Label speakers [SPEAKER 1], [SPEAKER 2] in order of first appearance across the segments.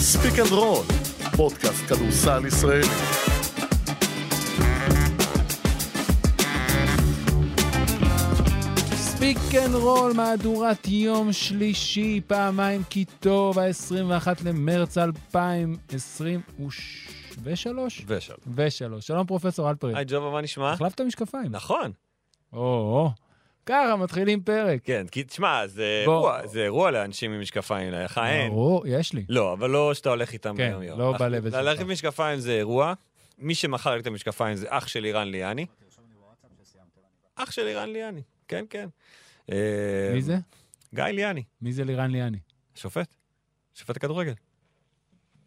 [SPEAKER 1] ספיק אנד רול, פודקאסט כדורסל ישראלי.
[SPEAKER 2] ספיק אנד רול, מהדורת יום שלישי, פעמיים כי טוב, ה-21 למרץ 2023
[SPEAKER 3] ושלום.
[SPEAKER 2] ושלוש. שלום פרופסור אלפרין.
[SPEAKER 3] היי ג'ובה, מה נשמע?
[SPEAKER 2] החלפת משקפיים.
[SPEAKER 3] נכון.
[SPEAKER 2] או, ככה מתחילים פרק.
[SPEAKER 3] כן, כי תשמע, זה
[SPEAKER 2] בוא.
[SPEAKER 3] אירוע- זה אירוע לאנשים עם משקפיים, לך אין.
[SPEAKER 2] ברור, יש לי.
[SPEAKER 3] לא, אבל לא שאתה הולך איתם
[SPEAKER 2] כן,
[SPEAKER 3] ביום יום.
[SPEAKER 2] לא בא לבית שלך.
[SPEAKER 3] ללכת עם משקפיים זה אירוע. מי שמכר לי את המשקפיים זה אח של לירן ליאני. אח של לירן ליאני, כן, כן. אה,
[SPEAKER 2] מי זה?
[SPEAKER 3] גיא ליאני,
[SPEAKER 2] מי זה לירן ליאני?
[SPEAKER 3] שופט. שופט הכדורגל.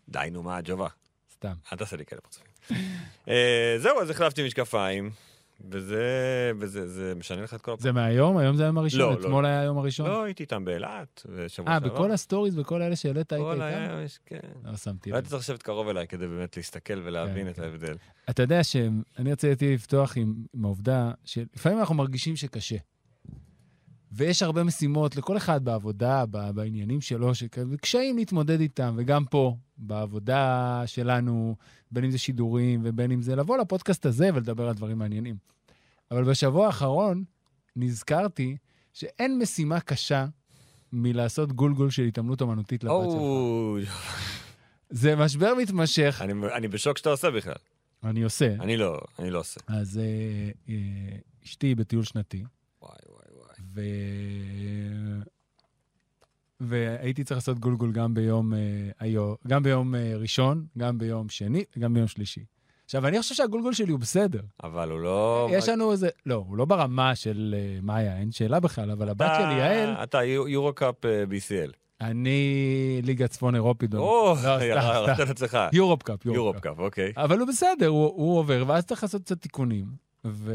[SPEAKER 3] די, נו, מה, ג'ובה?
[SPEAKER 2] סתם.
[SPEAKER 3] אל תעשה לי כאלה פרצופים. אה, זהו, אז החלפתי משקפיים, וזה וזה- זה משנה לך את כל הפרצופים.
[SPEAKER 2] זה מהיום? היום זה היום
[SPEAKER 3] לא,
[SPEAKER 2] הראשון?
[SPEAKER 3] לא.
[SPEAKER 2] אתמול היה היום הראשון?
[SPEAKER 3] לא, הייתי איתם באילת, ושבוע
[SPEAKER 2] אה,
[SPEAKER 3] שעבר.
[SPEAKER 2] בכל הסטוריז וכל אלה שהעלית היית
[SPEAKER 3] כל
[SPEAKER 2] איתם?
[SPEAKER 3] היום יש, כן.
[SPEAKER 2] לא שמתי
[SPEAKER 3] לא
[SPEAKER 2] לב.
[SPEAKER 3] היית צריך לשבת קרוב אליי כדי באמת להסתכל ולהבין
[SPEAKER 2] כן,
[SPEAKER 3] את
[SPEAKER 2] כן.
[SPEAKER 3] ההבדל.
[SPEAKER 2] אתה יודע שאני רציתי לפתוח עם, עם העובדה שלפעמים אנחנו מרגישים שקשה. ויש הרבה משימות לכל אחד בעבודה, ב- בעניינים שלו, שכ- וקשיים להתמודד איתם, וגם פה, בעבודה שלנו, בין אם זה שידורים ובין אם זה לבוא לפודקאסט הזה ולדבר על דברים מעניינים. אבל בשבוע האחרון נזכרתי שאין משימה קשה מלעשות גולגול של התעמלות אומנותית לבת שלך.
[SPEAKER 3] או,
[SPEAKER 2] זה משבר מתמשך,
[SPEAKER 3] אני- אני בשוק שאתה עושה בכלל.
[SPEAKER 2] אני עושה.
[SPEAKER 3] אני לא, אני לא עושה.
[SPEAKER 2] אז אה, אה, אשתי בטיול שנתי,
[SPEAKER 3] וואי וואי וואי.
[SPEAKER 2] ו... והייתי צריך לעשות גולגול גם ביום, אה, היו... גם ביום אה, ראשון, גם ביום שני, גם ביום שלישי. עכשיו, אני חושב שהגולגול שלי הוא בסדר.
[SPEAKER 3] אבל הוא לא...
[SPEAKER 2] יש לנו איזה... לא, הוא לא ברמה של אה, מאיה, אין שאלה בכלל, אבל הבת
[SPEAKER 3] אתה-
[SPEAKER 2] שלי, יעל,
[SPEAKER 3] אתה יו- יורו-קאפ אה, BCL.
[SPEAKER 2] אני ליגה צפון אירופית.
[SPEAKER 3] או,
[SPEAKER 2] לא, סתם,
[SPEAKER 3] ירד
[SPEAKER 2] סתם.
[SPEAKER 3] אצלך.
[SPEAKER 2] יורופ קאפ, יורופ קאפ.
[SPEAKER 3] יורו-קאפ, אוקיי.
[SPEAKER 2] אבל הוא בסדר, הוא, הוא עובר, ואז צריך לעשות קצת תיקונים. ו...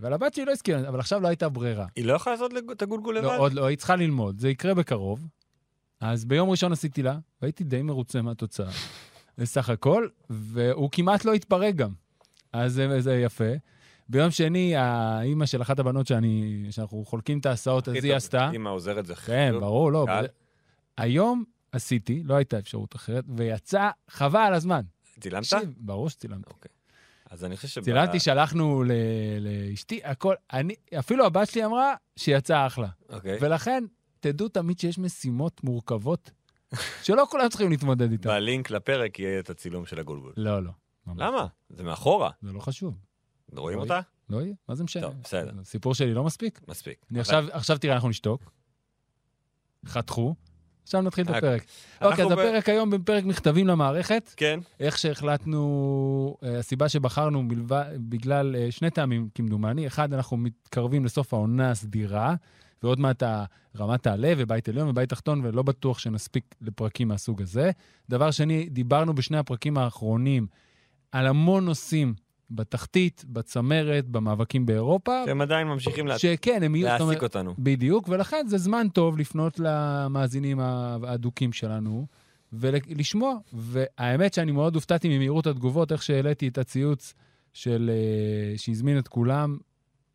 [SPEAKER 2] אבל הבת שלי לא הסכימה, אבל עכשיו לא הייתה ברירה.
[SPEAKER 3] היא לא יכולה לעשות לג- את הגולגול
[SPEAKER 2] לא,
[SPEAKER 3] לבד?
[SPEAKER 2] עוד לא, היא צריכה ללמוד, זה יקרה בקרוב. אז ביום ראשון עשיתי לה, והייתי די מרוצה מהתוצאה, סך הכל, והוא כמעט לא התפרק גם. אז זה, זה יפה. ביום שני, האימא של אחת הבנות שאני, שאנחנו חולקים את ההסעות, אז
[SPEAKER 3] הכי
[SPEAKER 2] היא
[SPEAKER 3] אוקיי, טוב.
[SPEAKER 2] עשתה.
[SPEAKER 3] אמא עוזרת זה
[SPEAKER 2] כן,
[SPEAKER 3] חשוב.
[SPEAKER 2] ברור, לא.
[SPEAKER 3] קל.
[SPEAKER 2] בזה- היום עשיתי, לא הייתה אפשרות אחרת, ויצא חבל על הזמן.
[SPEAKER 3] צילמת? אוקיי.
[SPEAKER 2] תקשיב, ברור שצילמתי.
[SPEAKER 3] אז אני חושב שב...
[SPEAKER 2] צילמתי, שלחנו ל- לאשתי, הכל, אני, אפילו הבת שלי אמרה שיצא אחלה.
[SPEAKER 3] אוקיי.
[SPEAKER 2] ולכן, תדעו תמיד שיש משימות מורכבות שלא כולם צריכים להתמודד איתן.
[SPEAKER 3] בלינק לפרק יהיה את הצילום של הגולגול.
[SPEAKER 2] לא, לא. ממש.
[SPEAKER 3] למה? זה מאחורה.
[SPEAKER 2] זה לא חשוב. רואים.
[SPEAKER 3] רואים אותה?
[SPEAKER 2] לא יהיה, מה זה משנה?
[SPEAKER 3] טוב, בסדר.
[SPEAKER 2] הסיפור שלי לא מספיק?
[SPEAKER 3] מספיק.
[SPEAKER 2] אני
[SPEAKER 3] אבל-
[SPEAKER 2] עכשיו, עכשיו תראה, אנחנו נשתוק. חתכו, עכשיו נתחיל את
[SPEAKER 3] אה,
[SPEAKER 2] הפרק.
[SPEAKER 3] אנחנו
[SPEAKER 2] אוקיי, אז
[SPEAKER 3] ב-
[SPEAKER 2] הפרק היום בפרק מכתבים למערכת.
[SPEAKER 3] כן,
[SPEAKER 2] איך שהחלטנו, אה, הסיבה שבחרנו מלבד, בגלל אה, שני טעמים כמדומני. אחד, אנחנו מתקרבים לסוף העונה הסדירה, ועוד מעט הרמה תעלה, ובית עליון ובית תחתון, ולא בטוח שנספיק לפרקים מהסוג הזה. דבר שני, דיברנו בשני הפרקים האחרונים על המון נושאים בתחתית, בצמרת, במאבקים באירופה.
[SPEAKER 3] שהם עדיין כן, ממשיכים לה-
[SPEAKER 2] שכן, הם יהיו... זאת אומרת-
[SPEAKER 3] להעסיק אותנו.
[SPEAKER 2] בדיוק, ולכן זה זמן טוב לפנות למאזינים האדוקים שלנו ולשמוע. והאמת שאני מאוד הופתעתי ממהירות התגובות, איך שהעליתי את הציוץ של... אה, שהזמין את כולם.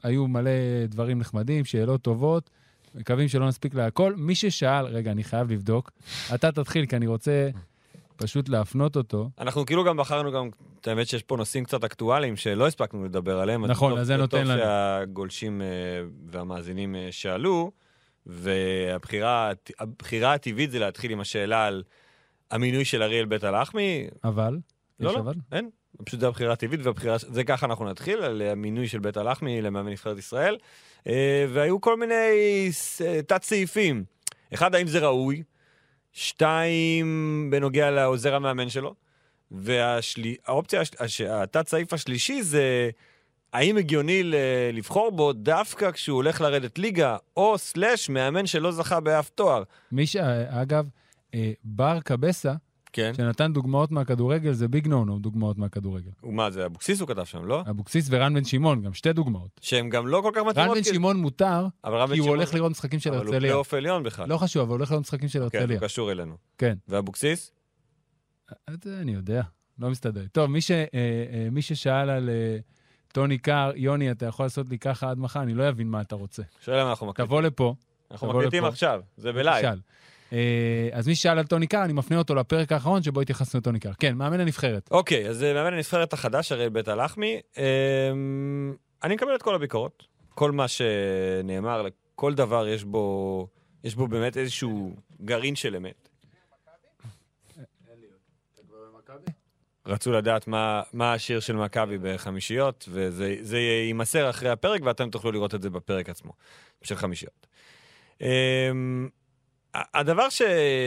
[SPEAKER 2] היו מלא דברים נחמדים, שאלות טובות, מקווים שלא נספיק להכל. מי ששאל, רגע, אני חייב לבדוק, אתה תתחיל, כי אני רוצה פשוט להפנות אותו.
[SPEAKER 3] אנחנו כאילו גם בחרנו גם, את האמת שיש פה נושאים קצת אקטואליים שלא הספקנו לדבר עליהם. אז
[SPEAKER 2] נכון,
[SPEAKER 3] טוב-
[SPEAKER 2] אז זה נותן לנו.
[SPEAKER 3] טוב שהגולשים אה, והמאזינים אה, שאלו, והבחירה הט- הבחירה הטבעית זה להתחיל עם השאלה על המינוי של אריאל בית הלחמי.
[SPEAKER 2] אבל,
[SPEAKER 3] לא,
[SPEAKER 2] יש
[SPEAKER 3] לא.
[SPEAKER 2] אבל?
[SPEAKER 3] אין, פשוט זו הבחירה הטבעית והבחירה, זה ככה אנחנו נתחיל, על המינוי של בית הלחמי למאמן נבחרת ישראל. אה, והיו כל מיני ס- אה, תת-סעיפים. אחד, האם זה ראוי? שתיים, בנוגע לעוזר המאמן שלו. והאופציה, התת-סעיף השלישי זה, האם הגיוני ל- לבחור בו דווקא כשהוא הולך לרדת ליגה, או סלאש מאמן שלא זכה באף תואר.
[SPEAKER 2] מי ש... אגב, אה, בר קבסה,
[SPEAKER 3] כן.
[SPEAKER 2] שנתן דוגמאות מהכדורגל, זה ביג נו נו דוגמאות מהכדורגל.
[SPEAKER 3] ומה זה, אבוקסיס הוא כתב שם, לא?
[SPEAKER 2] אבוקסיס ורן בן שמעון, גם שתי דוגמאות.
[SPEAKER 3] שהם גם לא כל כך
[SPEAKER 2] רן
[SPEAKER 3] מתאימות.
[SPEAKER 2] בן
[SPEAKER 3] כי-
[SPEAKER 2] שמעון מותר,
[SPEAKER 3] אבל רן בן
[SPEAKER 2] כי הוא
[SPEAKER 3] שמעון-
[SPEAKER 2] הולך לראות משחקים של
[SPEAKER 3] אבל הוא
[SPEAKER 2] הרצליה.
[SPEAKER 3] פלייאוף עליון בכלל.
[SPEAKER 2] לא חשוב, אבל הוא הולך לראות משחקים של
[SPEAKER 3] כן,
[SPEAKER 2] הרצליה.
[SPEAKER 3] הוא קשור אלינו.
[SPEAKER 2] כן.
[SPEAKER 3] ואבוקסיס?
[SPEAKER 2] את זה אני יודע, לא מסתדר. טוב, מי ש- אה, אה, מי ששאל על אה, טוני קאר, יוני, אתה יכול לעשות לי ככה עד מחר, אני לא אבין מה אתה רוצה.
[SPEAKER 3] שואל למה אנחנו מקליטים.
[SPEAKER 2] תבוא לפה,
[SPEAKER 3] אנחנו
[SPEAKER 2] תבוא
[SPEAKER 3] מקליטים
[SPEAKER 2] לפה.
[SPEAKER 3] עכשיו, זה בלייב.
[SPEAKER 2] תשאל. אה, אה, אז מי ששאל על טוני קאר, אני מפנה אותו לפרק האחרון שבו התייחסנו לטוני קאר. כן, מאמן הנבחרת.
[SPEAKER 3] אוקיי, אז אה, מאמן הנבחרת החדש, אריאל בית הלחמי, אה, אני מקבל את כל הביקורות. כל מה שנאמר, כל דבר יש בו, יש בו באמת איזשהו גרעין של אמת. רצו לדעת מה, מה השיר של מכבי בחמישיות, וזה זה יימסר אחרי הפרק, ואתם תוכלו לראות את זה בפרק עצמו, של חמישיות. אמ, ה- הדבר ש,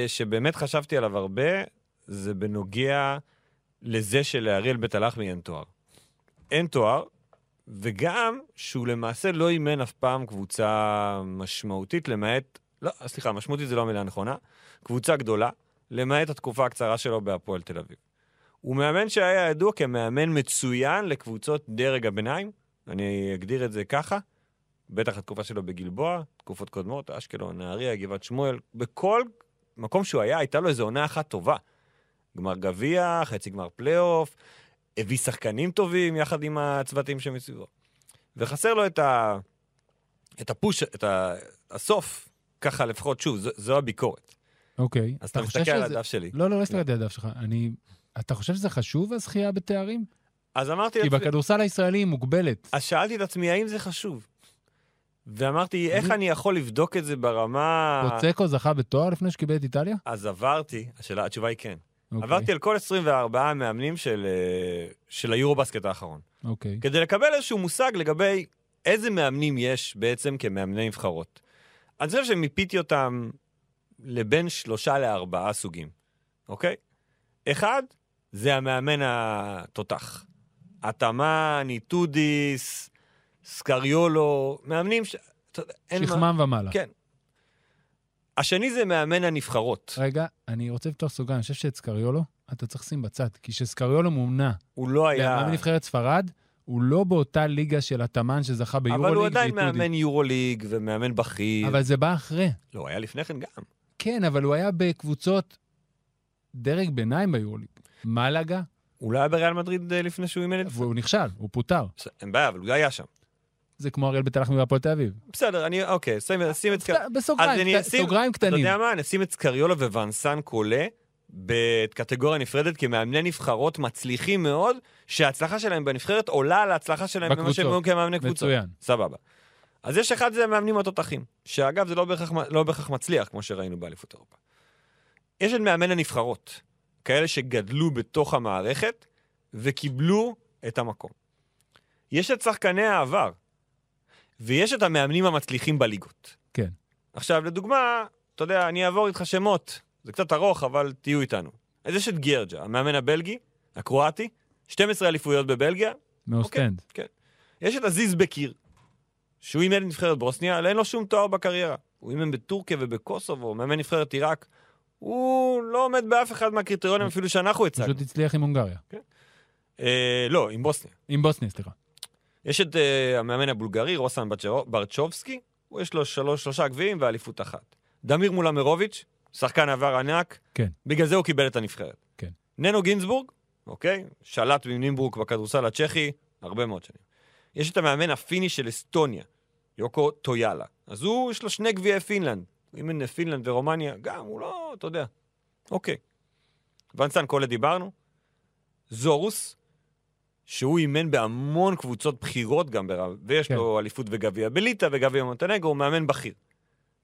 [SPEAKER 3] שבאמת חשבתי עליו הרבה, זה בנוגע לזה שלאריאל בית הלחמי אין תואר. אין תואר, וגם שהוא למעשה לא אימן אף פעם קבוצה משמעותית, למעט, לא, סליחה, משמעותית זו לא המילה הנכונה, קבוצה גדולה, למעט התקופה הקצרה שלו בהפועל תל אביב. הוא מאמן שהיה ידוע כמאמן מצוין לקבוצות דרג הביניים, אני אגדיר את זה ככה, בטח התקופה שלו בגלבוע, תקופות קודמות, אשקלון, נהריה, גבעת שמואל, בכל מקום שהוא היה, הייתה לו איזו עונה אחת טובה. גמר גביע, חצי גמר פלייאוף, הביא שחקנים טובים יחד עם הצוותים שמסביבו. וחסר לו את, ה... את הפוש, את ה... הסוף, ככה לפחות, שוב, זו, זו הביקורת.
[SPEAKER 2] אוקיי.
[SPEAKER 3] אז אתה
[SPEAKER 2] חושב
[SPEAKER 3] מסתכל על
[SPEAKER 2] שזה-
[SPEAKER 3] הדף כן. שלי.
[SPEAKER 2] לא, לא, לא הסתכלתי על הדף שלך. אני... אתה חושב שזה חשוב, הזכייה בתארים?
[SPEAKER 3] אז אמרתי
[SPEAKER 2] כי
[SPEAKER 3] לעצמי,
[SPEAKER 2] בכדורסל הישראלי היא מוגבלת.
[SPEAKER 3] אז שאלתי את עצמי, האם זה חשוב? ואמרתי, איך
[SPEAKER 2] אני-
[SPEAKER 3] אני יכול לבדוק את זה ברמה...
[SPEAKER 2] פוצקו זכה בתואר לפני שקיבל את איטליה?
[SPEAKER 3] אז עברתי, השאלה, התשובה היא כן.
[SPEAKER 2] אוקיי,
[SPEAKER 3] עברתי על כל 24 המאמנים של, אה, של היורובסקט האחרון.
[SPEAKER 2] אוקיי.
[SPEAKER 3] כדי לקבל איזשהו מושג לגבי איזה מאמנים יש בעצם כמאמני נבחרות. אני חושב שמיפיתי אותם לבין שלושה לארבעה סוגים, אוקיי? אחד, זה המאמן התותח. התאמני, טודיס, סקריולו, מאמנים ש... אתה יודע, אין מה-
[SPEAKER 2] שכמם ומעלה.
[SPEAKER 3] כן. השני זה מאמן הנבחרות.
[SPEAKER 2] רגע, אני רוצה לפתוח סוגריים, אני חושב שאת סקריולו, אתה צריך לשים בצד, כי כשסקריולו מומנה
[SPEAKER 3] הוא לא היה...
[SPEAKER 2] לאמן נבחרת ספרד, הוא לא באותה ליגה של התאמן שזכה ביורוליג.
[SPEAKER 3] אבל הוא עדיין
[SPEAKER 2] ואיטודי.
[SPEAKER 3] מאמן יורוליג ומאמן בכיר.
[SPEAKER 2] אבל זה בא אחרי.
[SPEAKER 3] לא, הוא היה לפני כן גם.
[SPEAKER 2] כן, אבל הוא היה בקבוצות דרג ביניים ביורוליג. מלאגה,
[SPEAKER 3] הוא לא היה בריאל מדריד אה, לפני שהוא אימן את...
[SPEAKER 2] והוא נכשל, הוא פוטר.
[SPEAKER 3] בסדר, אין בעיה, אבל הוא היה שם.
[SPEAKER 2] זה כמו אריאל בית הלחמי והפועל תל אביב.
[SPEAKER 3] בסדר, אני, אוקיי, שים שים את... סק-
[SPEAKER 2] סת-
[SPEAKER 3] אז
[SPEAKER 2] בסוגריים,
[SPEAKER 3] אני
[SPEAKER 2] קט-
[SPEAKER 3] אשים-
[SPEAKER 2] סוגריים
[SPEAKER 3] אתה
[SPEAKER 2] אה, קטנים.
[SPEAKER 3] יודע מה? נשים את סקריולה וונסן קולה בקטגוריה נפרדת כמאמני נבחרות מצליחים מאוד, שההצלחה שלהם בנבחרת עולה על ההצלחה שלהם במה שהם היו
[SPEAKER 2] בקבוצות.
[SPEAKER 3] כמאמני קבוצות.
[SPEAKER 2] מצוין.
[SPEAKER 3] סבבה. אז יש אחד זה המאמנים התותחים, שאגב זה לא בהכרח, לא בהכרח מצליח, כמו שראינו באליפות אירופה. יש את מאמן הנבחרות, כאלה שגדלו בתוך המערכת וקיבלו את המקום. יש את שחקני העבר, ויש את המאמנים המצליחים בליגות.
[SPEAKER 2] כן.
[SPEAKER 3] עכשיו, לדוגמה, אתה יודע, אני אעבור איתך שמות, זה קצת ארוך, אבל תהיו איתנו. אז יש את גיארג'ה, המאמן הבלגי, הקרואטי, 12 אליפויות בבלגיה, אוקיי.
[SPEAKER 2] מאוסטנד.
[SPEAKER 3] יש את עזיז בקיר, שהוא אימן את נבחרת ברוסניה, אבל אין לו שום תואר בקריירה. הוא אימן בטורקיה ובקוסובו, מאמן נבחרת עיראק. הוא לא עומד באף אחד מהקריטריונים אפילו שאנחנו הצגנו.
[SPEAKER 2] פשוט הצליח עם הונגריה.
[SPEAKER 3] אה, לא, עם בוסניה.
[SPEAKER 2] עם בוסניה, סליחה.
[SPEAKER 3] יש את אה, המאמן הבולגרי, רוסן בצ'רו- ברצ'ובסקי, הוא יש לו שלוש, שלושה גביעים ואליפות אחת. דמיר מולמרוביץ', שחקן עבר ענק,
[SPEAKER 2] כן.
[SPEAKER 3] בגלל זה הוא קיבל את הנבחרת.
[SPEAKER 2] כן.
[SPEAKER 3] ננו גינזבורג, אוקיי, שלט בנימברוק בכדורסל הצ'כי הרבה מאוד שנים. יש את המאמן הפיני של אסטוניה, יוקו טויאלה. אז הוא, יש לו שני גביעי פינלנד. הוא אימן פינלנד ורומניה, גם, הוא לא, אתה יודע. אוקיי. ונסן קולה דיברנו. זורוס, שהוא אימן בהמון קבוצות בחירות גם, ברב, ויש
[SPEAKER 2] כן.
[SPEAKER 3] כן. לו אליפות וגביע בליטא וגביע מונטנגו, הוא מאמן בכיר.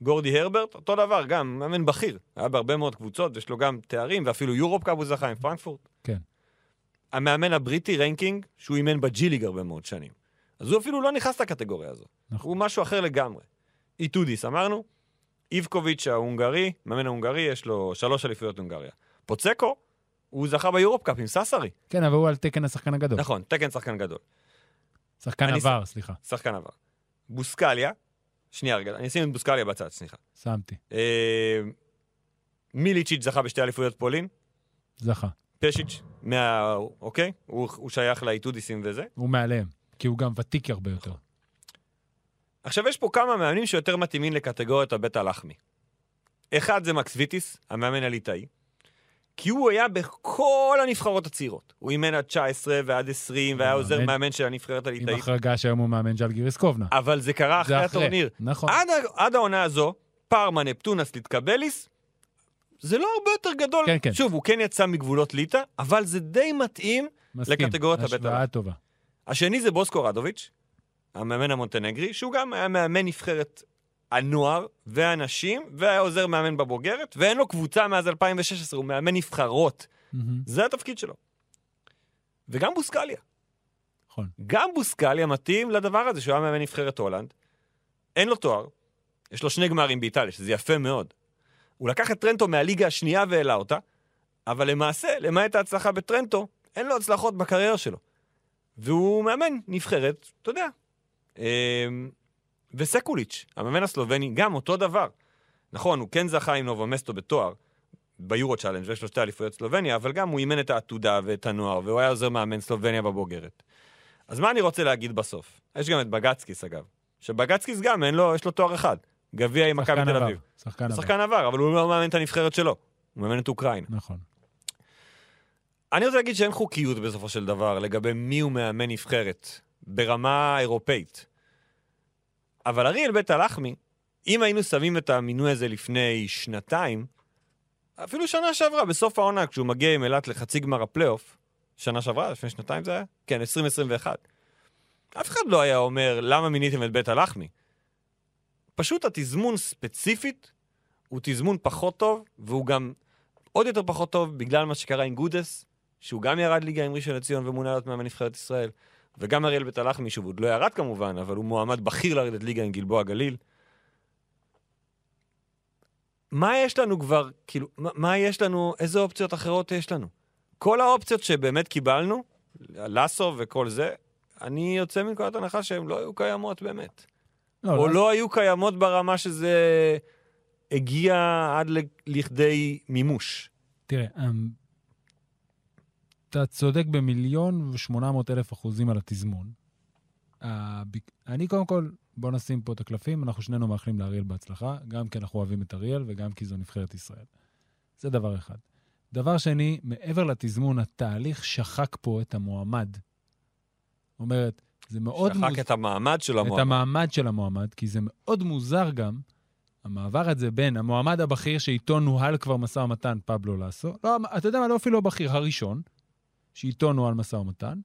[SPEAKER 3] גורדי הרברט, אותו דבר, גם מאמן בכיר. היה בהרבה מאוד קבוצות, יש לו גם תארים, ואפילו יורופ קאב הוא זכה עם פרנקפורט.
[SPEAKER 2] כן.
[SPEAKER 3] המאמן הבריטי, רנקינג, שהוא אימן בג'י ליג הרבה מאוד שנים. אז הוא אפילו לא נכנס לקטגוריה הזו.
[SPEAKER 2] נכון.
[SPEAKER 3] הוא משהו אחר לגמרי. איטודיס, אמרנו, איבקוביץ' ההונגרי, מאמן ההונגרי, יש לו שלוש אליפויות הונגריה. פוצקו, הוא זכה ביורופ קאפ עם ססרי.
[SPEAKER 2] כן, אבל הוא על תקן השחקן הגדול.
[SPEAKER 3] נכון, תקן שחקן גדול.
[SPEAKER 2] שחקן
[SPEAKER 3] אני
[SPEAKER 2] עבר, סליחה.
[SPEAKER 3] שחקן עבר. בוסקליה, שנייה רגע, אני אשים את בוסקליה בצד, סליחה.
[SPEAKER 2] שמתי.
[SPEAKER 3] אה, מיליצ'יץ' זכה בשתי אליפויות פולין,
[SPEAKER 2] זכה.
[SPEAKER 3] פשיץ', מה... אוקיי? הוא, הוא שייך לאיטודיסים וזה.
[SPEAKER 2] הוא מעליהם. כי הוא גם ותיק הרבה יותר.
[SPEAKER 3] נכון. עכשיו, יש פה כמה מאמנים שיותר מתאימים לקטגוריית הבית הלחמי. אחד זה מקס ויטיס, המאמן הליטאי, כי הוא היה בכל הנבחרות הצעירות. הוא אימן עד 19 ועד 20, והיה
[SPEAKER 2] הוא
[SPEAKER 3] עוזר
[SPEAKER 2] מאמן.
[SPEAKER 3] מאמן של הנבחרת
[SPEAKER 2] עם
[SPEAKER 3] הליטאית,
[SPEAKER 2] החרגה שהיום הוא מאמן ז'אל גיריס קובנה.
[SPEAKER 3] אבל זה קרה אחרי
[SPEAKER 2] זה אחרי.
[SPEAKER 3] הטורניר.
[SPEAKER 2] נכון.
[SPEAKER 3] עד, ה- עד העונה הזו, פארמה, נפטונס, ליטקבליס, זה לא הרבה יותר גדול.
[SPEAKER 2] כן, כן.
[SPEAKER 3] שוב, הוא כן יצא מגבולות ליטא, אבל זה די מתאים.
[SPEAKER 2] מסכים.
[SPEAKER 3] לקטגוריית הבית
[SPEAKER 2] השוואה
[SPEAKER 3] הלבן.
[SPEAKER 2] טובה.
[SPEAKER 3] השני זה בוסקו רדוביץ', המאמן המונטנגרי, שהוא גם היה מאמן נבחרת הנוער והנשים, והיה עוזר מאמן בבוגרת, ואין לו קבוצה מאז 2016, הוא מאמן נבחרות.
[SPEAKER 2] מהמם.
[SPEAKER 3] זה התפקיד שלו. וגם בוסקליה.
[SPEAKER 2] נכון.
[SPEAKER 3] גם בוסקליה מתאים לדבר הזה שהוא היה מאמן נבחרת הולנד. אין לו תואר, יש לו שני גמרים באיטליה, שזה יפה מאוד. הוא לקח את טרנטו מהליגה השנייה והעלה אותה, אבל למעשה, למעט ההצלחה בטרנטו, אין לו הצלחות בקריירה שלו. והוא מאמן נבחרת, אתה יודע. אמ, וסקוליץ', המאמן הסלובני, גם אותו דבר. נכון, הוא כן זכה עם נובו מסטו בתואר, ביורו צ'אלנג', יש לו שתי אליפויות סלובניה, אבל גם הוא אימן את העתודה ואת הנוער, והוא היה עוזר מאמן סלובניה בבוגרת. אז מה אני רוצה להגיד בסוף? יש גם את בגצקיס, אגב. שבגצקיס גם, אין לו, יש לו תואר אחד. גביע עם מכבי
[SPEAKER 2] שחקן
[SPEAKER 3] תל
[SPEAKER 2] עבר.
[SPEAKER 3] אביב.
[SPEAKER 2] שחקן
[SPEAKER 3] הוא
[SPEAKER 2] עבר.
[SPEAKER 3] שחקן עבר, אבל הוא לא מאמן את הנבחרת שלו. הוא מאמן את אוקראינה.
[SPEAKER 2] נכון.
[SPEAKER 3] אני רוצה להגיד שאין חוקיות בסופו של דבר לגבי מי הוא מאמן נבחרת ברמה אירופאית. אבל אריאל בית הלחמי, אם היינו שמים את המינוי הזה לפני שנתיים, אפילו שנה שעברה, בסוף העונה, כשהוא מגיע עם אילת לחצי גמר הפלייאוף, שנה שעברה, לפני שנתיים זה היה? כן, 2021. אף אחד לא היה אומר, למה מיניתם את בית הלחמי? פשוט התזמון ספציפית הוא תזמון פחות טוב, והוא גם עוד יותר פחות טוב בגלל מה שקרה עם גודס, שהוא גם ירד ליגה עם ראשון לציון ומונה להיות מאמן נבחרת ישראל, וגם אריאל בית הלחמי, שהוא עוד לא ירד כמובן, אבל הוא מועמד בכיר לרדת ליגה עם גלבוע גליל. מה יש לנו כבר, כאילו, מה, מה יש לנו, איזה אופציות אחרות יש לנו? כל האופציות שבאמת קיבלנו, לאסו וכל זה, אני יוצא מנקודת הנחה שהן לא היו קיימות באמת. או לא היו קיימות ברמה שזה הגיע עד ל- לכדי מימוש.
[SPEAKER 2] תראה, אמ, אתה צודק במיליון ושמונה מאות אלף אחוזים על התזמון. הביק- אני קודם כל, בוא נשים פה את הקלפים, אנחנו שנינו מאחלים לאריאל בהצלחה, גם כי אנחנו אוהבים את אריאל וגם כי זו נבחרת ישראל. זה דבר אחד. דבר שני, מעבר לתזמון, התהליך שחק פה את המועמד. זאת אומרת, זה מאוד... מוז-
[SPEAKER 3] שחק את המעמד של
[SPEAKER 2] את
[SPEAKER 3] המועמד.
[SPEAKER 2] המעמד של המועמד, כי זה מאוד מוזר גם, המעבר הזה בין המועמד הבכיר שאיתו נוהל כבר משא ומתן, פבלו לאסו, לא, אתה יודע מה, לא אפילו הבכיר, הראשון, שאיתו נוהל משא ומתן,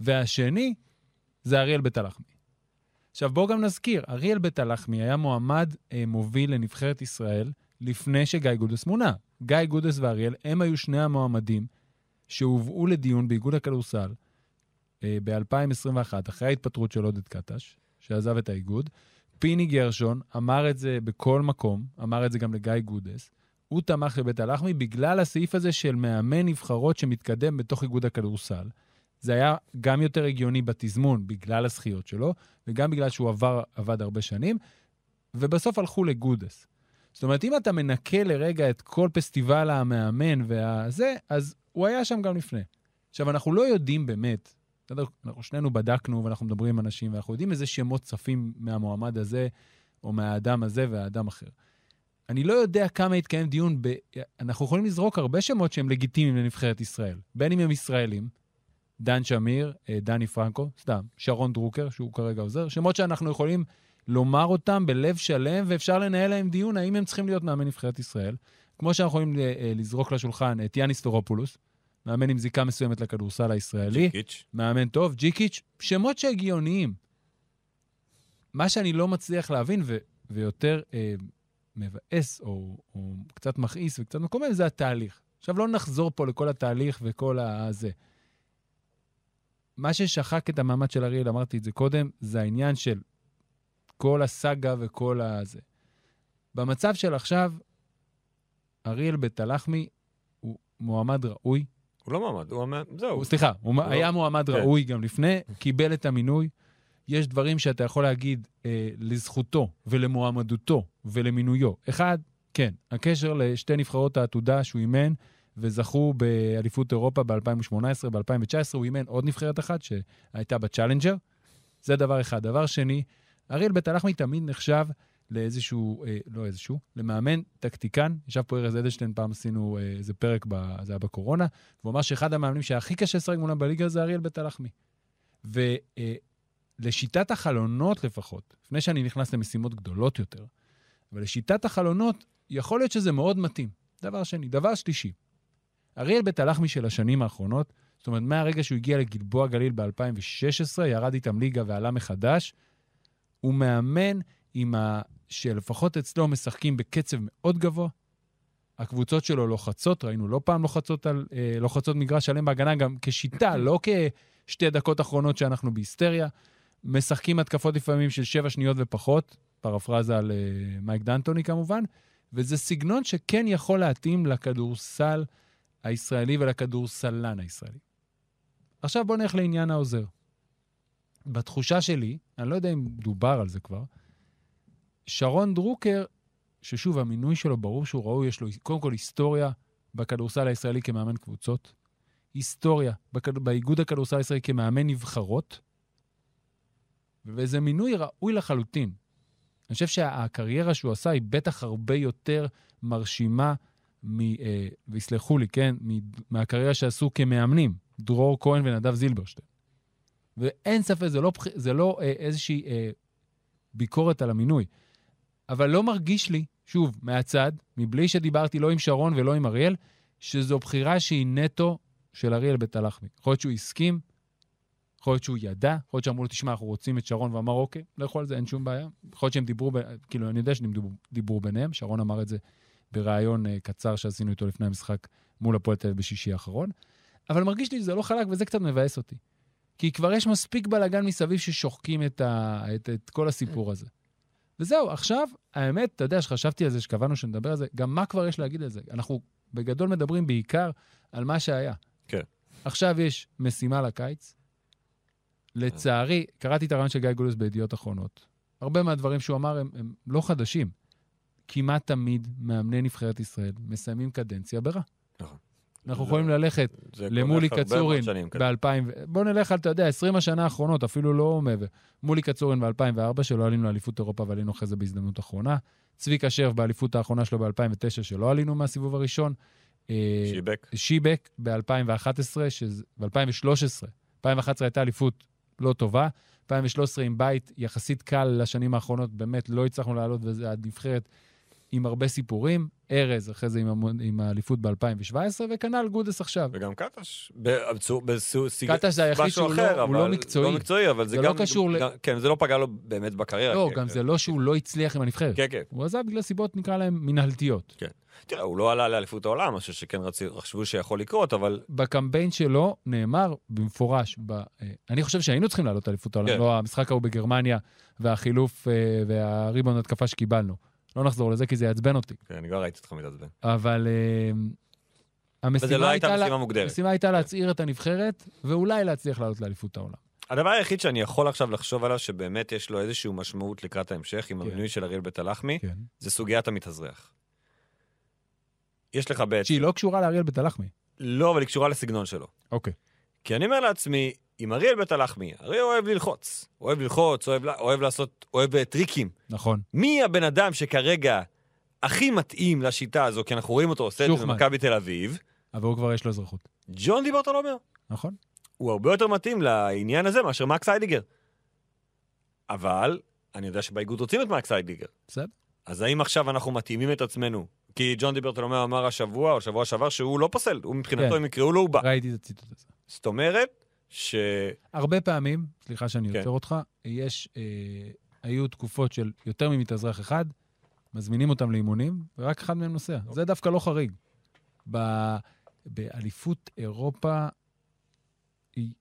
[SPEAKER 2] והשני זה אריאל בית הלחמי. עכשיו, בואו גם נזכיר, אריאל בית הלחמי היה מועמד אה, מוביל לנבחרת ישראל לפני שגיא גודס מונה. גיא גודס ואריאל, הם היו שני המועמדים שהובאו לדיון באיגוד הכדורסל אה, ב-2021, אחרי ההתפטרות של עודד קטש, שעזב את האיגוד, פיני גרשון אמר את זה בכל מקום, אמר את זה גם לגיא גודס, הוא תמך בבית הלחמי בגלל הסעיף הזה של מאמן נבחרות שמתקדם בתוך איגוד הכדורסל. זה היה גם יותר הגיוני בתזמון, בגלל הזכיות שלו, וגם בגלל שהוא עבר, עבד הרבה שנים, ובסוף הלכו לגודס. זאת אומרת, אם אתה מנקה לרגע את כל פסטיבל המאמן והזה, אז הוא היה שם גם לפני. עכשיו, אנחנו לא יודעים באמת, בסדר? אנחנו שנינו בדקנו ואנחנו מדברים עם אנשים, ואנחנו יודעים איזה שמות צפים מהמועמד הזה, או מהאדם הזה והאדם אחר. אני לא יודע כמה התקיים דיון, ב... אנחנו יכולים לזרוק הרבה שמות שהם לגיטימיים לנבחרת ישראל, בין אם הם ישראלים, דן שמיר, אה, דני פרנקו, סתם, שרון דרוקר, שהוא כרגע עוזר, שמות שאנחנו יכולים לומר אותם בלב שלם, ואפשר לנהל להם דיון האם הם צריכים להיות מאמן נבחרת ישראל. כמו שאנחנו יכולים ל- אה, לזרוק לשולחן את יאניס טורופולוס, מאמן עם זיקה מסוימת לכדורסל הישראלי.
[SPEAKER 3] קיץ'.
[SPEAKER 2] מאמן טוב, ג'יקיץ', שמות שהגיוניים. מה שאני לא מצליח להבין, ו- ויותר אה, מבאס, או, או קצת מכעיס וקצת מקומם, זה התהליך. עכשיו, לא נחזור פה לכל התהליך וכל הזה. מה ששחק את המעמד של אריאל, אמרתי את זה קודם, זה העניין של כל הסאגה וכל הזה. במצב של עכשיו, אריאל בית הלחמי הוא מועמד ראוי,
[SPEAKER 3] הוא לא מעמד, הוא המאמן, זהו.
[SPEAKER 2] הוא, סליחה, הוא
[SPEAKER 3] לא-
[SPEAKER 2] היה מועמד
[SPEAKER 3] כן.
[SPEAKER 2] ראוי גם לפני, קיבל את המינוי. יש דברים שאתה יכול להגיד אה, לזכותו ולמועמדותו ולמינויו. אחד, כן, הקשר לשתי נבחרות העתודה שהוא אימן וזכו באליפות אירופה ב-2018, ב-2019, הוא אימן עוד נבחרת אחת שהייתה בצ'אלנג'ר. זה דבר אחד. דבר שני, אריאל בית הלחמי תמיד נחשב לאיזשהו, אה, לא איזשהו, למאמן טקטיקן. ישב פה ארז אדלשטיין, פעם עשינו אה, איזה פרק, ב, זה היה בקורונה, והוא אמר שאחד המאמנים שהכי קשה לשחק מולם בליגה זה אריאל בית הלחמי. ולשיטת החלונות לפחות, לפני שאני נכנס למשימות גדולות יותר, אבל לשיטת החלונות, יכול להיות שזה מאוד מתאים. דבר שני. דבר שלישי, אריאל בית הלחמי של השנים האחרונות, זאת אומרת, מהרגע שהוא הגיע לגלבוע גליל ב-2016, ירד איתם ליגה ועלה מחדש, הוא מאמן עם ה... שלפחות אצלו משחקים בקצב מאוד גבוה. הקבוצות שלו לוחצות, ראינו לא פעם לוחצות, על, אה, לוחצות מגרש שלם בהגנה, גם כשיטה, לא כשתי דקות אחרונות שאנחנו בהיסטריה. משחקים התקפות לפעמים של שבע שניות ופחות, פרפרזה על אה, מייק דנטוני כמובן, וזה סגנון שכן יכול להתאים לכדורסל הישראלי ולכדורסלן הישראלי. עכשיו בואו נלך לעניין העוזר. בתחושה שלי, אני לא יודע אם דובר על זה כבר, שרון דרוקר, ששוב, המינוי שלו ברור שהוא ראוי, יש לו קודם כל היסטוריה בכדורסל הישראלי כמאמן קבוצות, היסטוריה בכד... באיגוד הכדורסל הישראלי כמאמן נבחרות, וזה מינוי ראוי לחלוטין. אני חושב שהקריירה שהוא עשה היא בטח הרבה יותר מרשימה, מ, אה, ויסלחו לי, כן, מ, מהקריירה שעשו כמאמנים, דרור כהן ונדב זילברשטיין. ואין ספק, זה לא, בח- זה לא אה, איזושהי אה, ביקורת על המינוי. אבל לא מרגיש לי, שוב, מהצד, מבלי שדיברתי לא עם שרון ולא עם אריאל, שזו בחירה שהיא נטו של אריאל בית הלחמי. יכול להיות שהוא הסכים, יכול להיות שהוא ידע, יכול להיות שאמרו לו, תשמע, אנחנו רוצים את שרון, ואמר, אוקיי, לכו על זה, אין שום בעיה. יכול להיות שהם דיברו, ב... כאילו, אני יודע שהם דיברו, דיברו ביניהם, שרון אמר את זה בריאיון אה, קצר שעשינו איתו לפני המשחק מול הפועל תל אביב בשישי האחרון. אבל מרגיש לי שזה לא חלק, וזה קצת מבאס אותי. כי כבר יש מספיק בלאגן מסביב ששוחקים את, ה... את, את כל הסיפור הזה. וזהו, עכשיו, האמת, אתה יודע שחשבתי על זה, שקבענו שנדבר על זה, גם מה כבר יש להגיד על זה? אנחנו בגדול מדברים בעיקר על מה שהיה.
[SPEAKER 3] כן.
[SPEAKER 2] עכשיו יש משימה לקיץ. לצערי, קראתי את הרעיון של גיא גולוס בידיעות אחרונות. הרבה מהדברים שהוא אמר הם, הם לא חדשים. כמעט תמיד מאמני נבחרת ישראל מסיימים קדנציה ברע.
[SPEAKER 3] נכון.
[SPEAKER 2] אנחנו
[SPEAKER 3] זה-
[SPEAKER 2] יכולים ללכת
[SPEAKER 3] זה
[SPEAKER 2] למולי
[SPEAKER 3] קורה הרבה מאוד
[SPEAKER 2] קצורין
[SPEAKER 3] שנים כן." כזה.
[SPEAKER 2] ב-2000, בוא נלך על, אתה יודע, 20 השנה האחרונות, אפילו לא מעבר. מולי קצורין ב-2004, שלא עלינו לאליפות אירופה ועלינו אחרי זה בהזדמנות אחרונה. צביקה שרף באליפות האחרונה שלו ב-2009, שלא עלינו מהסיבוב הראשון. אה,
[SPEAKER 3] שיבק.
[SPEAKER 2] שיבק ב-2011, שזה, ב-2013. 2011 הייתה אליפות לא טובה. 2013 עם בית יחסית קל לשנים האחרונות, באמת לא הצלחנו לעלות, וזו הנבחרת עם הרבה סיפורים. ארז, אחרי זה עם, המון, עם האליפות ב-2017, וכנ"ל גודס עכשיו.
[SPEAKER 3] וגם קטש. בצו- בסיג-
[SPEAKER 2] קטש זה היחיד
[SPEAKER 3] משהו
[SPEAKER 2] שהוא
[SPEAKER 3] אחר,
[SPEAKER 2] לא- הוא לא
[SPEAKER 3] אבל-
[SPEAKER 2] מקצועי.
[SPEAKER 3] לא מקצועי, אבל זה
[SPEAKER 2] זה
[SPEAKER 3] גם...
[SPEAKER 2] לא קשור ל-
[SPEAKER 3] גם- כן, זה לא פגע לו באמת בקריירה.
[SPEAKER 2] לא,
[SPEAKER 3] כן,
[SPEAKER 2] גם
[SPEAKER 3] כן.
[SPEAKER 2] זה לא שהוא לא הצליח עם הנבחרת.
[SPEAKER 3] כן, כן.
[SPEAKER 2] הוא עזב בגלל סיבות, נקרא להן, מנהלתיות.
[SPEAKER 3] תראה, הוא לא עלה לאליפות העולם, משהו שכן רצו- חשבו שיכול לקרות, אבל
[SPEAKER 2] בקמפיין שלו נאמר במפורש, ב, אה, אני חושב שהיינו צריכים לעלות אליפות העולם,
[SPEAKER 3] כן.
[SPEAKER 2] לא המשחק ההוא בגרמניה והחילוף אה, והריבון התקפה שקיבלנו. לא נחזור לזה כי זה יעצבן אותי.
[SPEAKER 3] כן, אני כבר ראיתי אותך מתעצבן.
[SPEAKER 2] אבל אה,
[SPEAKER 3] וזה לא
[SPEAKER 2] המשימה
[SPEAKER 3] הייתה
[SPEAKER 2] הייתה, לה-
[SPEAKER 3] משימה מוגדרת.
[SPEAKER 2] המשימה הייתה להצעיר את הנבחרת ואולי להצליח לעלות לאליפות העולם.
[SPEAKER 3] הדבר היחיד שאני יכול עכשיו לחשוב עליו, שבאמת יש לו איזושהי משמעות לקראת ההמשך, עם המינוי של אריאל בית הלחמי,
[SPEAKER 2] כן.
[SPEAKER 3] זה סוגיית המתאזרח. יש לך בעצם...
[SPEAKER 2] שהיא לא קשורה לאריאל בית הלחמי.
[SPEAKER 3] לא, אבל היא קשורה לסגנון שלו.
[SPEAKER 2] אוקיי.
[SPEAKER 3] כי אני אומר לעצמי, אם אריאל בית הלחמי, הרי הוא אוהב ללחוץ. אוהב ללחוץ, אוהב, לה- אוהב לעשות, אוהב אה, טריקים.
[SPEAKER 2] נכון.
[SPEAKER 3] מי הבן אדם שכרגע הכי מתאים לשיטה הזו, כי אנחנו רואים אותו עושה את זה
[SPEAKER 2] שוחמן.
[SPEAKER 3] במכבי תל אביב,
[SPEAKER 2] אבל הוא כבר יש לו אזרחות.
[SPEAKER 3] ג'ון דיברטולומר.
[SPEAKER 2] נכון?
[SPEAKER 3] הוא הרבה יותר מתאים לעניין הזה מאשר מקס היידיגר. אבל, אני יודע שבאיגוד רוצים את מקס היידיגר.
[SPEAKER 2] בסדר.
[SPEAKER 3] אז האם עכשיו אנחנו מתאימים את עצמנו? כי ג'ון דיברטולומר אמר השבוע או שבוע שעבר שהוא לא פוסל, הוא מבחינתו,
[SPEAKER 2] כן.
[SPEAKER 3] אם יקראו לו, הוא בא.
[SPEAKER 2] ראיתי את הציטוט הזה.
[SPEAKER 3] זאת אומרת, ש...
[SPEAKER 2] הרבה פעמים, סליחה שאני
[SPEAKER 3] כן.
[SPEAKER 2] עוצר אותך, יש, אה, היו תקופות של יותר ממתאזרח אחד, מזמינים אותם לאימונים, ורק אחד מהם נוסע. זה דווקא לא חריג. ב- באליפות אירופה,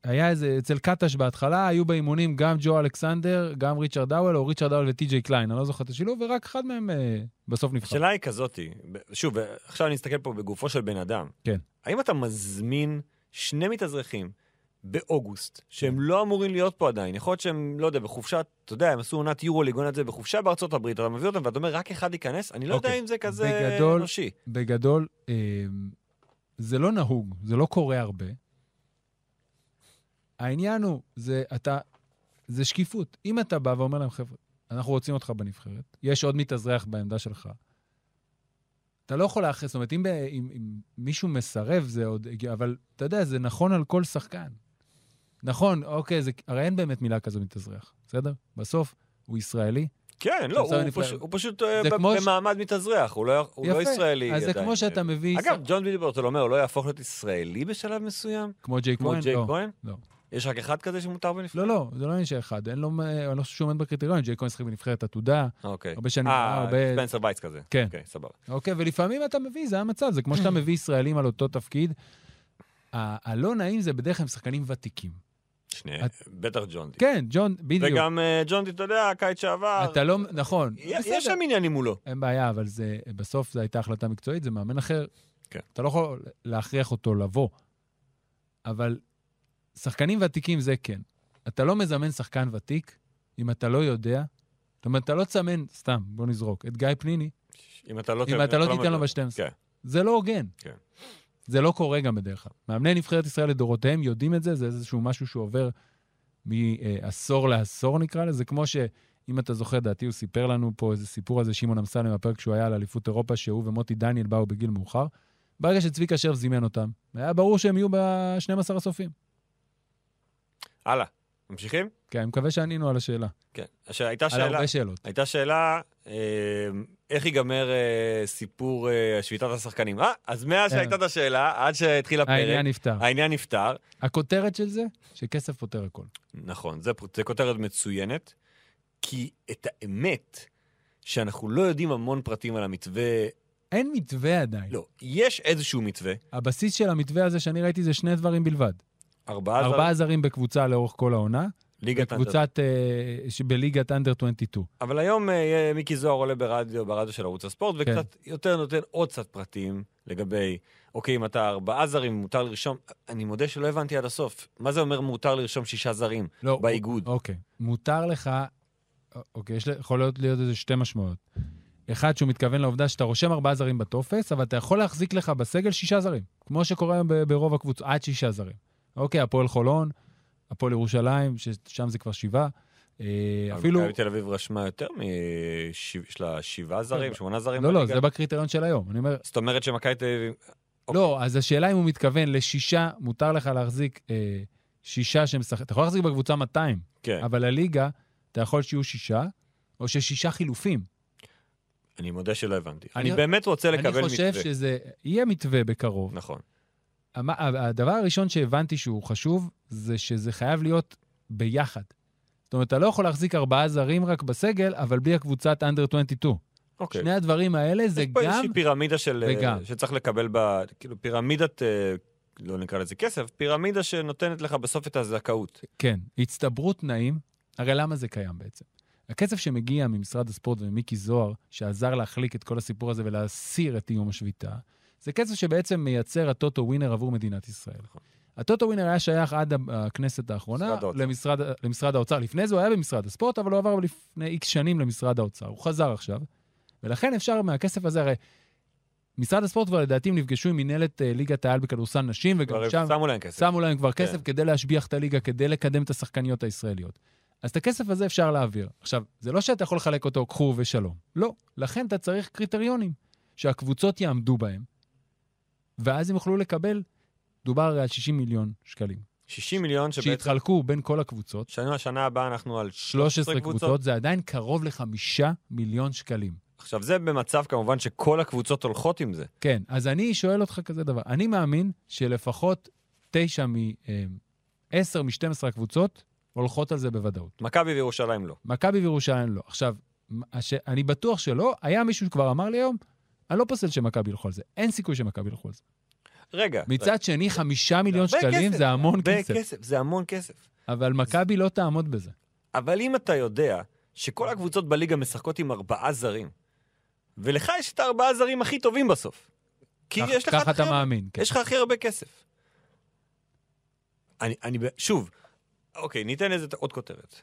[SPEAKER 2] היה איזה, אצל קטש בהתחלה, היו באימונים גם ג'ו אלכסנדר, גם ריצ'רד דאוול, או ריצ'רד דאוול וטי.ג'יי קליין, אני לא זוכר את השילוב, ורק אחד מהם אה, בסוף נבחר.
[SPEAKER 3] השאלה היא כזאתי, ב- שוב, עכשיו אני אסתכל פה בגופו של בן אדם.
[SPEAKER 2] כן.
[SPEAKER 3] האם אתה מזמין שני מתאזרחים באוגוסט,
[SPEAKER 2] כן.
[SPEAKER 3] שהם לא אמורים להיות פה עדיין, יכול להיות שהם, לא יודע, בחופשה, אתה יודע, הם עשו עונת יורוליג, עונת זה, בחופשה בארצות הברית, אתה מביא אותם ואתה אומר, רק אחד ייכנס? אני לא יודע
[SPEAKER 2] אוקיי.
[SPEAKER 3] אם זה כזה
[SPEAKER 2] בגדול-
[SPEAKER 3] אנושי.
[SPEAKER 2] בגדול, אה, זה לא נהוג, זה לא קורה הרבה. העניין הוא, זה, אתה, זה שקיפות. אם אתה בא ואומר להם, חבר'ה, אנחנו רוצים אותך בנבחרת, יש עוד מתאזרח בעמדה שלך, אתה לא יכול להכריז, זאת אומרת, אם, ב- אם, אם מישהו מסרב, זה עוד... הגיע- אבל אתה יודע, זה נכון על כל שחקן. נכון, אוקיי, זה, הרי אין באמת מילה כזו מתאזרח, בסדר? בסוף הוא ישראלי,
[SPEAKER 3] כן, לא,
[SPEAKER 2] עכשיו
[SPEAKER 3] הוא
[SPEAKER 2] אני
[SPEAKER 3] פשוט-
[SPEAKER 2] פעם-
[SPEAKER 3] הוא פשוט אה,
[SPEAKER 2] זה
[SPEAKER 3] ב-
[SPEAKER 2] כמו ש-
[SPEAKER 3] במעמד מתאזרח, הוא לא- הוא לא
[SPEAKER 2] יפה.
[SPEAKER 3] ישראלי
[SPEAKER 2] אז זה
[SPEAKER 3] עדיין. אה,
[SPEAKER 2] כמו שאתה מביא...
[SPEAKER 3] אגב, ג'ון וילי ברטולומיאו לא יהפוך להיות ישראלי בשלב מסוים?
[SPEAKER 2] כמו ג'יי
[SPEAKER 3] כמו
[SPEAKER 2] כהן?
[SPEAKER 3] ג'יי
[SPEAKER 2] לא.
[SPEAKER 3] כהן?
[SPEAKER 2] לא.
[SPEAKER 3] יש רק אחד כזה שמותר בנפרד?
[SPEAKER 2] לא, לא, זה לא עניין שאחד. אין לו... אני לא חושב שהוא עומד בקריטריון, ג'יי כהן שיחק בנבחרת עתודה,
[SPEAKER 3] אוקיי.
[SPEAKER 2] הרבה שנים,
[SPEAKER 3] אה,
[SPEAKER 2] הרבה-
[SPEAKER 3] ספנסר וייץ כזה.
[SPEAKER 2] כן.
[SPEAKER 3] אוקיי, סבבה.
[SPEAKER 2] אוקיי, ולפעמים אתה מביא, זה המצב, זה כמו שאתה מביא ישראלים על אותו תפקיד. ה- הלא נעים זה בדרך כלל עם שחקנים ותיקים.
[SPEAKER 3] שני,
[SPEAKER 2] את-
[SPEAKER 3] בטח ג'ון די.
[SPEAKER 2] כן, ג'ון, בדיוק.
[SPEAKER 3] וגם אה, ג'ון די, אתה יודע, הקיץ שעבר,
[SPEAKER 2] אתה לא, נכון.
[SPEAKER 3] י-
[SPEAKER 2] בסדר.
[SPEAKER 3] יש שם עניינים מולו.
[SPEAKER 2] אין בעיה, אבל זה, בסוף זו הייתה החלטה מקצועית, זה מאמן אחר.
[SPEAKER 3] כן.
[SPEAKER 2] אתה לא יכול להכריח אותו לבוא. אבל שחקנים ותיקים זה כן. אתה לא מזמן שחקן ותיק אם אתה לא יודע. זאת אומרת, אתה לא תסמן, סתם, בוא נזרוק, את גיא פניני,
[SPEAKER 3] אם אתה לא
[SPEAKER 2] אם אתה לא תיתן לו ב-12.
[SPEAKER 3] כן.
[SPEAKER 2] זה לא הוגן.
[SPEAKER 3] כן.
[SPEAKER 2] זה לא קורה גם בדרך כלל. מאמני נבחרת ישראל לדורותיהם יודעים את זה, זה איזשהו משהו שעובר מעשור לעשור נקרא לזה. זה כמו שאם אתה זוכר, דעתי הוא סיפר לנו פה איזה סיפור על זה, שמעון אמסלם, הפרק שהוא היה על אליפות אירופה, שהוא ומוטי דניאל באו בגיל מאוחר. ברגע שצביקה שרף זימן אותם, היה ברור שהם יהיו ב-12 הסופים.
[SPEAKER 3] הלאה, ממשיכים?
[SPEAKER 2] כן, אני מקווה שענינו על השאלה.
[SPEAKER 3] כן. עכשיו, הייתה
[SPEAKER 2] על
[SPEAKER 3] שאלה,
[SPEAKER 2] הרבה שאלות.
[SPEAKER 3] הייתה שאלה, אה, איך ייגמר אה, סיפור אה, שביתת השחקנים? אה, אז מאז
[SPEAKER 2] אה.
[SPEAKER 3] שהייתה את השאלה, עד שהתחיל הפרק,
[SPEAKER 2] העניין נפתר.
[SPEAKER 3] העניין נפתר.
[SPEAKER 2] הכותרת של זה, שכסף פותר הכל.
[SPEAKER 3] נכון, זה, פ- זה כותרת מצוינת, כי את האמת, שאנחנו לא יודעים המון פרטים על המתווה,
[SPEAKER 2] אין מתווה עדיין.
[SPEAKER 3] לא, יש איזשהו מתווה,
[SPEAKER 2] הבסיס של המתווה הזה שאני ראיתי זה שני דברים בלבד.
[SPEAKER 3] אה, ארבעה זר-
[SPEAKER 2] ארבעה זרים בקבוצה לאורך כל העונה,
[SPEAKER 3] ליגת אנטר.
[SPEAKER 2] בקבוצת, אה, ש- בליגת אנדר 22.
[SPEAKER 3] אבל היום אה, מיקי זוהר עולה ברדיו, ברדיו של ערוץ הספורט,
[SPEAKER 2] כן.
[SPEAKER 3] וקצת יותר נותן עוד קצת פרטים לגבי, אוקיי, אם אתה ארבעה זרים, מותר לרשום, אני מודה שלא הבנתי עד הסוף, מה זה אומר מותר לרשום שישה זרים
[SPEAKER 2] לא,
[SPEAKER 3] באיגוד?
[SPEAKER 2] אוקיי. מותר לך, א- אוקיי, יש, ל- יכול להיות, להיות איזה שתי משמעויות. אחד, שהוא מתכוון לעובדה שאתה רושם ארבעה זרים בטופס, אבל אתה יכול להחזיק לך בסגל שישה זרים, כמו שקורה היום ב- ברוב הקבוצות, עד שישה זרים. אוקיי, הפועל חולון, הפועל ירושלים, ששם זה כבר שבעה. אה,
[SPEAKER 3] אבל
[SPEAKER 2] אפילו...
[SPEAKER 3] מכבי תל אביב רשמה יותר מש- יש לה שבעה זרים, שמונה זרים
[SPEAKER 2] כן. לא, לא,
[SPEAKER 3] בליגה.
[SPEAKER 2] זה בקריטריון של היום. אני אומר,
[SPEAKER 3] זאת אומרת שמכבי תל אביב... אוקיי.
[SPEAKER 2] לא, אז השאלה אם הוא מתכוון לשישה, מותר לך להחזיק אה, שישה שמשחק... אתה יכול להחזיק בקבוצה 200,
[SPEAKER 3] כן.
[SPEAKER 2] אבל לליגה אתה יכול שיהיו שישה, או ששישה חילופים.
[SPEAKER 3] אני מודה שלא הבנתי.
[SPEAKER 2] אני-
[SPEAKER 3] אני באמת רוצה
[SPEAKER 2] אני
[SPEAKER 3] לקבל
[SPEAKER 2] חושב
[SPEAKER 3] מתווה.
[SPEAKER 2] שזה יהיה מתווה בקרוב.
[SPEAKER 3] נכון.
[SPEAKER 2] המ- ה- הדבר הראשון שהבנתי שהוא חשוב, זה שזה חייב להיות ביחד. זאת אומרת, אתה לא יכול להחזיק ארבעה זרים רק בסגל, אבל בלי הקבוצת אנדר 22.
[SPEAKER 3] אוקיי.
[SPEAKER 2] שני הדברים האלה זה
[SPEAKER 3] יש פה
[SPEAKER 2] גם...
[SPEAKER 3] איזושהי פירמידה של... אה,
[SPEAKER 2] וגם.
[SPEAKER 3] שצריך לקבל בה, כאילו פירמידת, אה, לא נקרא לזה כסף, פירמידה שנותנת לך בסוף את הזכאות.
[SPEAKER 2] כן, הצטברות תנאים, הרי למה זה קיים בעצם? הכסף שמגיע ממשרד הספורט וממיקי זוהר, שעזר להחליק את כל הסיפור הזה ולהסיר את איום השביתה, זה כסף שבעצם מייצר הטוטו ווינר עבור מדינת ישראל.
[SPEAKER 3] נכון.
[SPEAKER 2] הטוטו ווינר היה שייך עד הכנסת האחרונה
[SPEAKER 3] משרד האוצר.
[SPEAKER 2] למשרד, למשרד האוצר. לפני זה הוא היה במשרד הספורט, אבל הוא עבר לפני איקס שנים למשרד האוצר. הוא חזר עכשיו, ולכן אפשר מהכסף הזה, הרי משרד הספורט כבר לדעתי הם נפגשו עם מינהלת אה, ליגת העל בכדורסל נשים, וגם
[SPEAKER 3] כבר
[SPEAKER 2] שם...
[SPEAKER 3] שמו להם כסף.
[SPEAKER 2] שמו להם כבר
[SPEAKER 3] כן.
[SPEAKER 2] כסף כדי להשביח את הליגה, כדי לקדם את השחקניות הישראליות. אז את הכסף הזה אפשר להעביר. עכשיו, זה לא שאתה יכול לחלק אותו, קחו ושלום. לא. לכן אתה צריך קריטריונים שהקבוצות יעמדו בהם, ואז הם יוכלו לקבל, דובר הרי על 60 מיליון שקלים,
[SPEAKER 3] 60 מיליון שבעצם...
[SPEAKER 2] שיתחלקו בין כל הקבוצות.
[SPEAKER 3] שנה, שנה הבאה אנחנו על
[SPEAKER 2] 13 קבוצות, זה עדיין קרוב לחמישה מיליון שקלים.
[SPEAKER 3] עכשיו, זה במצב כמובן שכל הקבוצות הולכות עם זה.
[SPEAKER 2] כן, אז אני שואל אותך כזה דבר. אני מאמין שלפחות תשע מ... אה, עשר מ-12 הקבוצות הולכות על זה בוודאות.
[SPEAKER 3] מכבי וירושלים לא.
[SPEAKER 2] מכבי וירושלים לא. עכשיו, מה- הש... אני בטוח שלא, היה מישהו שכבר אמר לי היום, אני לא פוסל שמכבי ילכו על זה. אין סיכוי שמכבי ילכו על זה.
[SPEAKER 3] רגע. רגע.
[SPEAKER 2] מצד שני, חמישה מיליון
[SPEAKER 3] הרבה
[SPEAKER 2] שקלים
[SPEAKER 3] כסף,
[SPEAKER 2] זה המון
[SPEAKER 3] הרבה
[SPEAKER 2] כסף,
[SPEAKER 3] כסף, זה המון כסף.
[SPEAKER 2] אבל מכבי לא תעמוד בזה.
[SPEAKER 3] אבל אם אתה יודע שכל הקבוצות בליגה משחקות עם ארבעה זרים, ולך יש את הארבעה זרים הכי טובים בסוף. כי
[SPEAKER 2] כך-
[SPEAKER 3] יש לך...
[SPEAKER 2] ככה
[SPEAKER 3] הכי
[SPEAKER 2] אתה
[SPEAKER 3] הרבה-
[SPEAKER 2] מאמין. כן.
[SPEAKER 3] יש לך הכי הרבה כסף. אני, אני, ב- שוב, אוקיי, ניתן לזה עוד כותרת.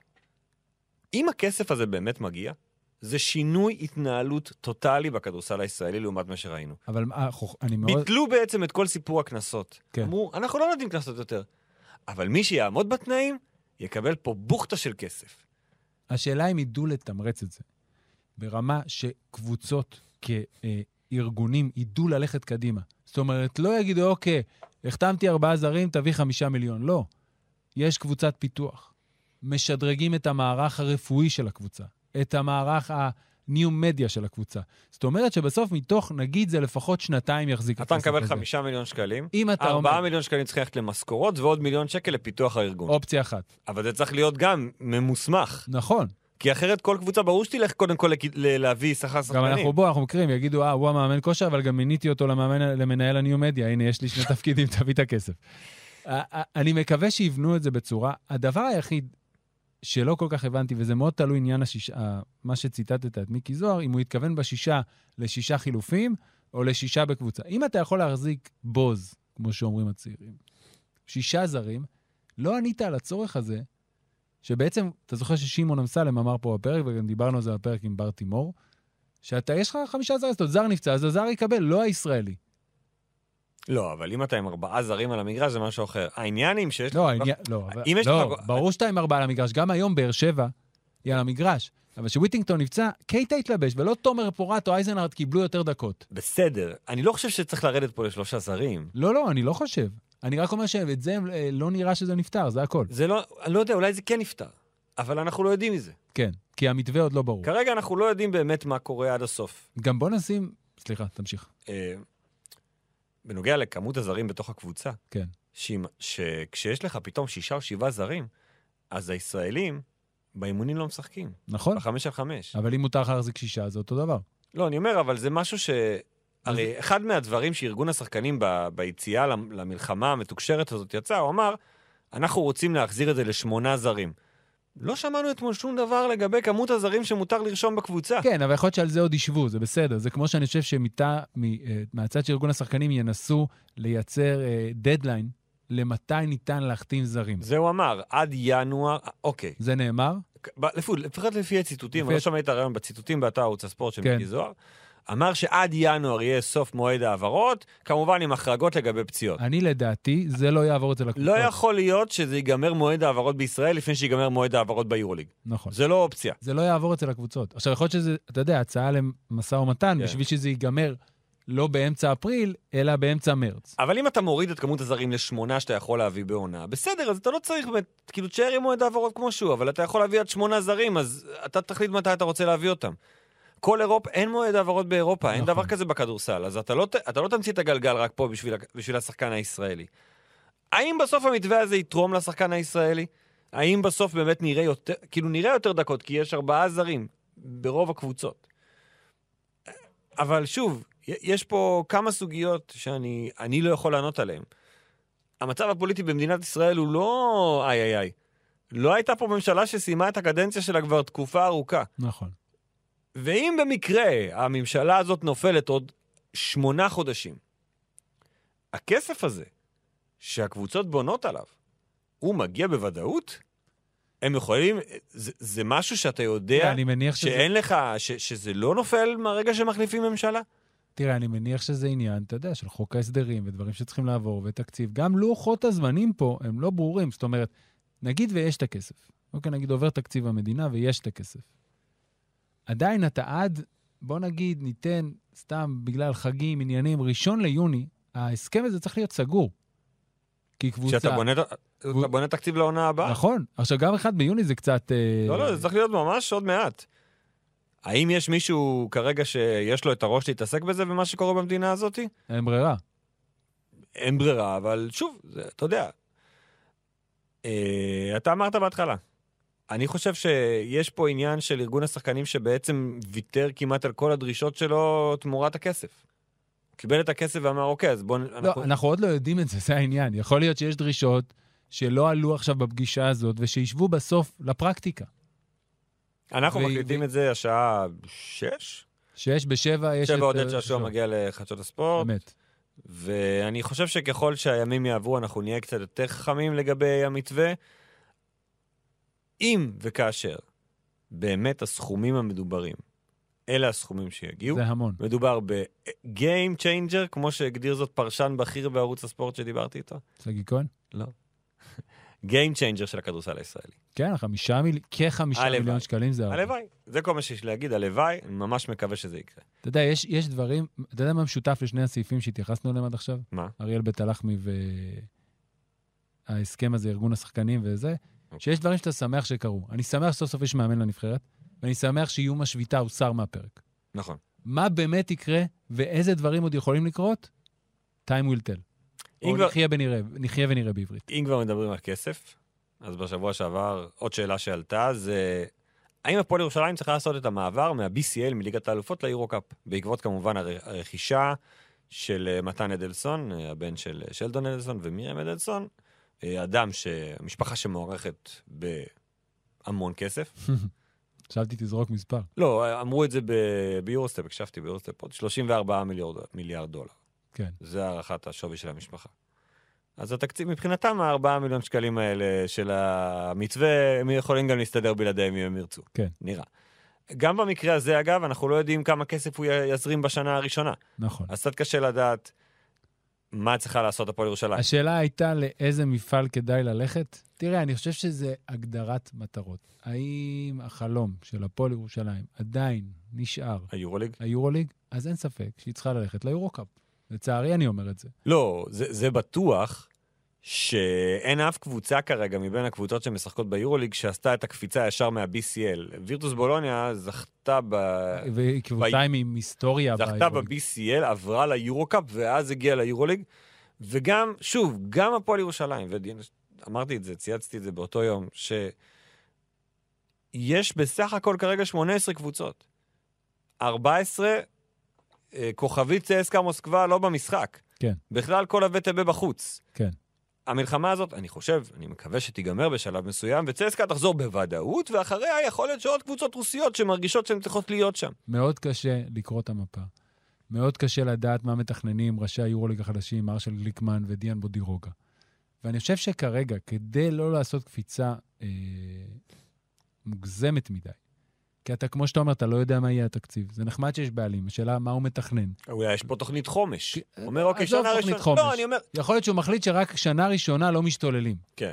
[SPEAKER 3] אם הכסף הזה באמת מגיע, זה שינוי התנהלות טוטאלי בכדורסל הישראלי לעומת מה שראינו.
[SPEAKER 2] אבל מה, חוכ- אני מאוד...
[SPEAKER 3] ביטלו בעצם את כל סיפור הקנסות.
[SPEAKER 2] כן.
[SPEAKER 3] אמרו, אנחנו לא נותנים קנסות יותר. אבל מי שיעמוד בתנאים, יקבל פה בוכטה של כסף.
[SPEAKER 2] השאלה אם ידעו לתמרץ את זה. ברמה שקבוצות כארגונים ידעו ללכת קדימה. זאת אומרת, לא יגידו, אוקיי, החתמתי ארבעה זרים, תביא חמישה מיליון. לא. יש קבוצת פיתוח. משדרגים את המערך הרפואי של הקבוצה, את המערך הניו מדיה של הקבוצה. זאת אומרת שבסוף מתוך, נגיד, זה לפחות שנתיים יחזיק
[SPEAKER 3] אתה
[SPEAKER 2] הכסף
[SPEAKER 3] מקבל
[SPEAKER 2] הזה.
[SPEAKER 3] חמישה מיליון שקלים,
[SPEAKER 2] אם אתה
[SPEAKER 3] ארבעה
[SPEAKER 2] אומר,
[SPEAKER 3] מיליון שקלים צריכים ללכת למשכורות ועוד מיליון שקל לפיתוח הארגון.
[SPEAKER 2] אופציה אחת.
[SPEAKER 3] אבל זה צריך להיות גם ממוסמך,
[SPEAKER 2] נכון.
[SPEAKER 3] כי אחרת כל קבוצה, ברור שתלך קודם כל לכ- ל- להביא שכר
[SPEAKER 2] גם
[SPEAKER 3] שחקנים.
[SPEAKER 2] אנחנו, בוא, אנחנו מכירים, יגידו, אה, הוא המאמן כושר, אבל גם מיניתי אותו למאמן, למנהל הניו-מדיה, הנה, יש לי שני תפקידים, תביא את הכסף. אה, אה, אני מקווה שיבנו את זה בצורה... הדבר היחיד שלא כל כך הבנתי, וזה מאוד תלוי עניין השישה, מה שציטטת את מיקי זוהר, אם הוא התכוון בשישה לשישה חילופים, או לשישה בקבוצה. אם אתה יכול להחזיק בוז, כמו שאומרים הצעירים, שישה זרים, לא ענית על הצורך הזה, שבעצם, אתה זוכר ששמעון אמסלם אמר פה בפרק, וגם דיברנו על זה בפרק עם בר תימור, שאתה, יש לך חמישה זרים, זאת אומרת, זר נפצע, אז הזר יקבל, לא הישראלי.
[SPEAKER 3] לא, אבל אם אתה עם ארבעה זרים על המגרש זה משהו אחר. העניין עם שיש
[SPEAKER 2] לא,
[SPEAKER 3] לך...
[SPEAKER 2] העניין- לא, אבל-
[SPEAKER 3] אם יש
[SPEAKER 2] לא,
[SPEAKER 3] לך-
[SPEAKER 2] ברור שאתה עם ארבעה על המגרש, גם היום באר שבע היא על המגרש, אבל כשוויטינגטון נפצע, קייטה התלבש, ולא תומר פורט או אייזנארט קיבלו יותר דקות.
[SPEAKER 3] בסדר, אני לא חושב שצריך לרדת פה לשלושה זרים.
[SPEAKER 2] לא, לא, אני לא חושב. אני רק אומר שאת זה אה, לא נראה שזה נפתר, זה הכל.
[SPEAKER 3] זה לא, אני לא יודע, אולי זה כן נפתר, אבל אנחנו לא יודעים מזה.
[SPEAKER 2] כן, כי המתווה עוד לא ברור.
[SPEAKER 3] כרגע אנחנו לא יודעים באמת מה קורה עד הסוף.
[SPEAKER 2] גם בוא נשים... סליחה, תמשיך.
[SPEAKER 3] אה, בנוגע לכמות הזרים בתוך הקבוצה,
[SPEAKER 2] כן.
[SPEAKER 3] שאם- שכשיש לך פתאום שישה או שבעה זרים, אז הישראלים באימונים לא משחקים,
[SPEAKER 2] נכון?
[SPEAKER 3] בחמש על חמש.
[SPEAKER 2] אבל אם מותר לך להחזיק שישה, זה אותו דבר.
[SPEAKER 3] לא, אני אומר, אבל זה משהו ש... הרי אחד מהדברים שארגון השחקנים ב... ביציאה למ- למלחמה המתוקשרת הזאת יצא, הוא אמר, אנחנו רוצים להחזיר את זה לשמונה זרים. לא שמענו אתמול שום דבר לגבי כמות הזרים שמותר לרשום בקבוצה.
[SPEAKER 2] כן, אבל יכול להיות שעל זה עוד ישבו, זה בסדר. זה כמו שאני חושב שמהצד של ארגון השחקנים ינסו לייצר אה, דדליין למתי ניתן להחתים זרים.
[SPEAKER 3] זה הוא אמר, עד ינואר, אוקיי.
[SPEAKER 2] זה נאמר?
[SPEAKER 3] ב- לפחות- לפחות לפי הציטוטים,
[SPEAKER 2] לפי
[SPEAKER 3] אני לא
[SPEAKER 2] הצ-
[SPEAKER 3] שמעתי את הרעיון בציטוטים באתר ערוץ הספורט של
[SPEAKER 2] כן.
[SPEAKER 3] מיקי זוהר, אמר שעד ינואר יהיה סוף מועד ההעברות, כמובן עם החרגות לגבי פציעות.
[SPEAKER 2] אני לדעתי, זה לא יעבור אצל
[SPEAKER 3] לא
[SPEAKER 2] הקבוצות.
[SPEAKER 3] יכול להיות שזה ייגמר מועד ההעברות בישראל לפני שיגמר מועד ההעברות ביורוליג.
[SPEAKER 2] נכון.
[SPEAKER 3] זה לא אופציה.
[SPEAKER 2] זה לא יעבור אצל הקבוצות. עכשיו, יכול להיות שזה, אתה יודע, הצעה למשא ומתן,
[SPEAKER 3] כן.
[SPEAKER 2] בשביל שזה ייגמר לא באמצע אפריל, אלא באמצע מרץ.
[SPEAKER 3] אבל אם אתה מוריד את כמות הזרים לשמונה שאתה יכול להביא בעונה, בסדר, אז אתה לא צריך, באמת- כאילו, תשאר עם מועד העברות כמו שהוא, אבל אתה יכול להביא עד שמונה זרים, אז אתה תחליט מתי אתה רוצה להביא אותם. כל אירופה, אין מועד העברות באירופה, אין
[SPEAKER 2] נכון.
[SPEAKER 3] דבר כזה בכדורסל, אז אתה לא, ת- אתה לא תמציא את הגלגל רק פה בשביל, ה- בשביל השחקן הישראלי. האם בסוף המתווה הזה יתרום לשחקן הישראלי? האם בסוף באמת נראה יותר, כאילו נראה יותר דקות, כי יש ארבעה זרים ברוב הקבוצות. אבל שוב, י- יש פה כמה סוגיות שאני אני לא יכול לענות עליהן. המצב הפוליטי במדינת ישראל הוא לא איי איי איי. לא הייתה פה ממשלה שסיימה את הקדנציה שלה כבר תקופה ארוכה.
[SPEAKER 2] נכון.
[SPEAKER 3] ואם במקרה הממשלה הזאת נופלת עוד שמונה חודשים, הכסף הזה שהקבוצות בונות עליו, הוא מגיע בוודאות? הם יכולים, זה, זה משהו שאתה יודע
[SPEAKER 2] אני מניח שזה...
[SPEAKER 3] שאין לך, ש, שזה לא נופל מהרגע שמחליפים ממשלה?
[SPEAKER 2] תראה, אני מניח שזה עניין, אתה יודע, של חוק ההסדרים ודברים שצריכים לעבור ותקציב. גם לוחות הזמנים פה הם לא ברורים. זאת אומרת, נגיד ויש את הכסף. אוקיי, נגיד עובר תקציב המדינה ויש את הכסף. עדיין אתה עד, בוא נגיד, ניתן, סתם בגלל חגים, עניינים, ראשון ליוני, ההסכם הזה צריך להיות סגור. כי קבוצה...
[SPEAKER 3] כשאתה בונה, אתה
[SPEAKER 2] קבוצ-
[SPEAKER 3] בונה תקציב לעונה הבאה?
[SPEAKER 2] נכון. עכשיו, גם אחד ביוני זה קצת... אה,
[SPEAKER 3] לא, לא, זה צריך להיות ממש עוד מעט. האם יש מישהו כרגע שיש לו את הראש להתעסק בזה ומה שקורה במדינה הזאתי?
[SPEAKER 2] אין ברירה.
[SPEAKER 3] אין ברירה, אבל שוב, זה, אתה יודע. אה, אתה אמרת בהתחלה. אני חושב שיש פה עניין של ארגון השחקנים שבעצם ויתר כמעט על כל הדרישות שלו תמורת הכסף. הוא קיבל את הכסף ואמר, אוקיי, אז בואו...
[SPEAKER 2] לא, אנחנו עוד לא יודעים את זה, זה העניין. יכול להיות שיש דרישות שלא עלו עכשיו בפגישה הזאת ושישבו בסוף לפרקטיקה.
[SPEAKER 3] אנחנו
[SPEAKER 2] ו-
[SPEAKER 3] מקליטים
[SPEAKER 2] ו-
[SPEAKER 3] את זה השעה שש?
[SPEAKER 2] שיש בשבע, יש...
[SPEAKER 3] שבע
[SPEAKER 2] את,
[SPEAKER 3] עודד
[SPEAKER 2] אה,
[SPEAKER 3] שעשוע
[SPEAKER 2] שלום.
[SPEAKER 3] מגיע לחדשות הספורט,
[SPEAKER 2] אמת.
[SPEAKER 3] ואני חושב שככל שהימים יעברו אנחנו נהיה קצת יותר חכמים לגבי המתווה. אם וכאשר באמת הסכומים המדוברים, אלה הסכומים שיגיעו,
[SPEAKER 2] זה המון.
[SPEAKER 3] מדובר ב-game changer, כמו שהגדיר זאת פרשן בכיר בערוץ הספורט שדיברתי איתו,
[SPEAKER 2] שגיא כהן?
[SPEAKER 3] game changer של הכדורסל הישראלי.
[SPEAKER 2] כן, חמישה מיל... כחמישה
[SPEAKER 3] הלוואי.
[SPEAKER 2] מיליון שקלים זה הרבה.
[SPEAKER 3] הלוואי, זה כל מה שיש לי להגיד, הלוואי, אני ממש מקווה שזה יקרה.
[SPEAKER 2] אתה יודע, יש, יש דברים, אתה יודע מה משותף לשני הסעיפים שהתייחסנו אליהם עד עכשיו?
[SPEAKER 3] מה?
[SPEAKER 2] אריאל בית הלחמי
[SPEAKER 3] אוקיי.
[SPEAKER 2] וההסכם הזה, ארגון השחקנים וזה, שיש דברים שאתה שמח שקרו. אני שמח שסוף סוף יש מאמן לנבחרת, ואני שמח שאיום השביתה הוסר מהפרק.
[SPEAKER 3] נכון.
[SPEAKER 2] מה באמת יקרה ואיזה דברים עוד יכולים לקרות? time will tell.
[SPEAKER 3] אם
[SPEAKER 2] או
[SPEAKER 3] כבר-
[SPEAKER 2] נחיה ונראה, נחיה ונראה בעברית.
[SPEAKER 3] אם כבר מדברים על כסף, אז בשבוע שעבר עוד שאלה שעלתה זה, האם הפועל ירושלים צריכה לעשות את המעבר מה-BCL, מליגת האלופות, ליורו-קאפ? בעקבות כמובן הר- הרכישה של אה, מתן אדלסון, אה, הבן של אה, שלדון אדלסון ומיריam אדלסון, אה, אדם, ש... משפחה שמוערכת בהמון כסף.
[SPEAKER 2] חשבתי תזרוק מספר.
[SPEAKER 3] לא, אמרו את זה ב- ביורוסטפ, הקשבתי ביורוסטפ עוד, 34 מיליארד, מיליארד דולר.
[SPEAKER 2] כן.
[SPEAKER 3] זה הערכת השווי של המשפחה. אז התקציב, מבחינתם, הארבעה מיליון שקלים האלה של המתווה, הם יכולים גם להסתדר בלעדיהם אם הם ירצו.
[SPEAKER 2] כן.
[SPEAKER 3] נראה. גם במקרה הזה, אגב, אנחנו לא יודעים כמה כסף הוא י- יזרים בשנה הראשונה.
[SPEAKER 2] נכון.
[SPEAKER 3] אז קצת קשה לדעת מה צריכה לעשות הפועל ירושלים.
[SPEAKER 2] השאלה הייתה לאיזה מפעל כדאי ללכת. תראה, אני חושב שזה הגדרת מטרות. האם החלום של הפועל ירושלים עדיין נשאר
[SPEAKER 3] היורוליג?
[SPEAKER 2] היורוליג? אז אין ספק שהיא צריכה ללכת ליורוקאפ. לצערי אני אומר את זה.
[SPEAKER 3] לא, זה, זה בטוח שאין אף קבוצה כרגע מבין הקבוצות שמשחקות ביורוליג שעשתה את הקפיצה ישר מה-BCL. וירטוס בולוניה זכתה ב...
[SPEAKER 2] והיא קבוצה עם- עם היסטוריה.
[SPEAKER 3] אה, זכתה
[SPEAKER 2] ביורוליג.
[SPEAKER 3] ב-BCL, עברה ליורו-קאפ, ואז הגיעה ליורוליג. וגם, שוב, גם הפועל ירושלים, ואמרתי את זה, צייצתי את זה באותו יום, שיש בסך הכל כרגע 18 קבוצות. 14, אה, כוכבית צסקה מוסקבה לא במשחק.
[SPEAKER 2] כן.
[SPEAKER 3] בכלל כל הווטב בחוץ.
[SPEAKER 2] כן.
[SPEAKER 3] המלחמה הזאת, אני חושב, אני מקווה שתיגמר בשלב מסוים, וצסקה תחזור בוודאות, ואחריה יכול להיות שעוד קבוצות רוסיות שמרגישות שהן צריכות להיות שם.
[SPEAKER 2] מאוד קשה לקרוא את המפה. מאוד קשה לדעת מה מתכננים ראשי היורוליג החדשים, מרשל גליקמן ודיאן בודירוגה. ואני חושב שכרגע, כדי לא לעשות קפיצה אה, מוגזמת מדי, כי אתה, כמו שאתה אומר, אתה לא יודע מה יהיה התקציב. זה נחמד שיש בעלים, השאלה מה הוא מתכנן.
[SPEAKER 3] אולי יש פה תוכנית חומש.
[SPEAKER 2] כן,
[SPEAKER 3] אומר, אוקיי,
[SPEAKER 2] עזוב
[SPEAKER 3] שנה
[SPEAKER 2] תוכנית
[SPEAKER 3] ראשונה.
[SPEAKER 2] חומש.
[SPEAKER 3] לא, אני אומר...
[SPEAKER 2] יכול להיות שהוא מחליט שרק שנה ראשונה לא משתוללים.
[SPEAKER 3] כן.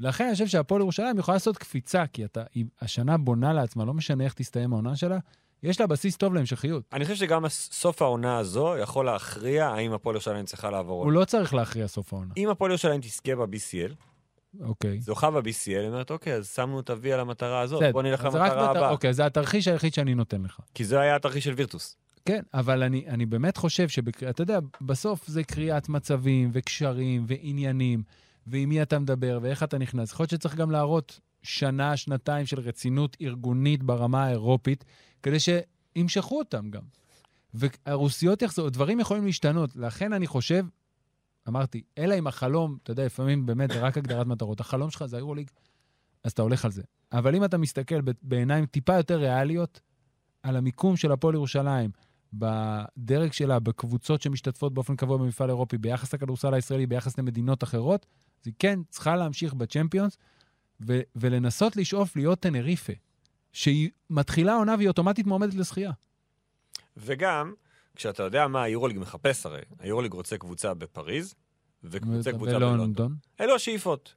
[SPEAKER 2] לכן אני חושב שהפועל ירושלים יכולה לעשות קפיצה, כי אתה, היא השנה בונה לעצמה, לא משנה איך תסתיים העונה שלה, יש לה בסיס טוב להמשכיות.
[SPEAKER 3] אני חושב שגם הס- סוף העונה הזו יכול להכריע האם הפועל ירושלים צריכה לעבור.
[SPEAKER 2] הוא
[SPEAKER 3] עונה.
[SPEAKER 2] לא צריך להכריע סוף העונה.
[SPEAKER 3] אם הפועל ירושלים תזכה ב-BCL,
[SPEAKER 2] אוקיי.
[SPEAKER 3] זוכה ב-BCL, היא אומרת, אוקיי, אז שמנו את ה-V על המטרה הזאת,
[SPEAKER 2] בסדר,
[SPEAKER 3] בוא נלך
[SPEAKER 2] אז רק
[SPEAKER 3] למטרה
[SPEAKER 2] בת-
[SPEAKER 3] הבאה.
[SPEAKER 2] אוקיי, זה התרחיש היחיד שאני נותן לך.
[SPEAKER 3] כי זה היה התרחיש של וירטוס.
[SPEAKER 2] כן, אבל אני, אני באמת חושב שבקריאה, אתה יודע, בסוף זה קריאת מצבים וקשרים ועניינים, ועם מי אתה מדבר ואיך אתה נכנס. יכול להיות שצריך גם להראות שנה, שנתיים של רצינות ארגונית ברמה האירופית, כדי שימשכו אותם גם. והרוסיות יחזרו, דברים יכולים להשתנות. לכן אני חושב, אמרתי, אלא אם החלום, אתה יודע, לפעמים באמת זה רק הגדרת מטרות. החלום שלך זה היורוליג, אז אתה הולך על זה. אבל אם אתה מסתכל ב- בעיניים טיפה יותר ריאליות על המיקום של הפועל ירושלים, בדרג שלה, בקבוצות שמשתתפות באופן קבוע במפעל אירופי, ביחס לכדורסל הישראלי, ביחס למדינות אחרות, אז היא כן צריכה להמשיך בצ'מפיונס ו- ולנסות לשאוף להיות טנריפה, שהיא מתחילה עונה והיא אוטומטית מועמדת לזכייה.
[SPEAKER 3] וגם, כשאתה יודע מה היורוליג מחפש הרי, היורוליג רוצה קבוצה בפריז, וקבוצה קבוצה בלונדון. אלו השאיפות.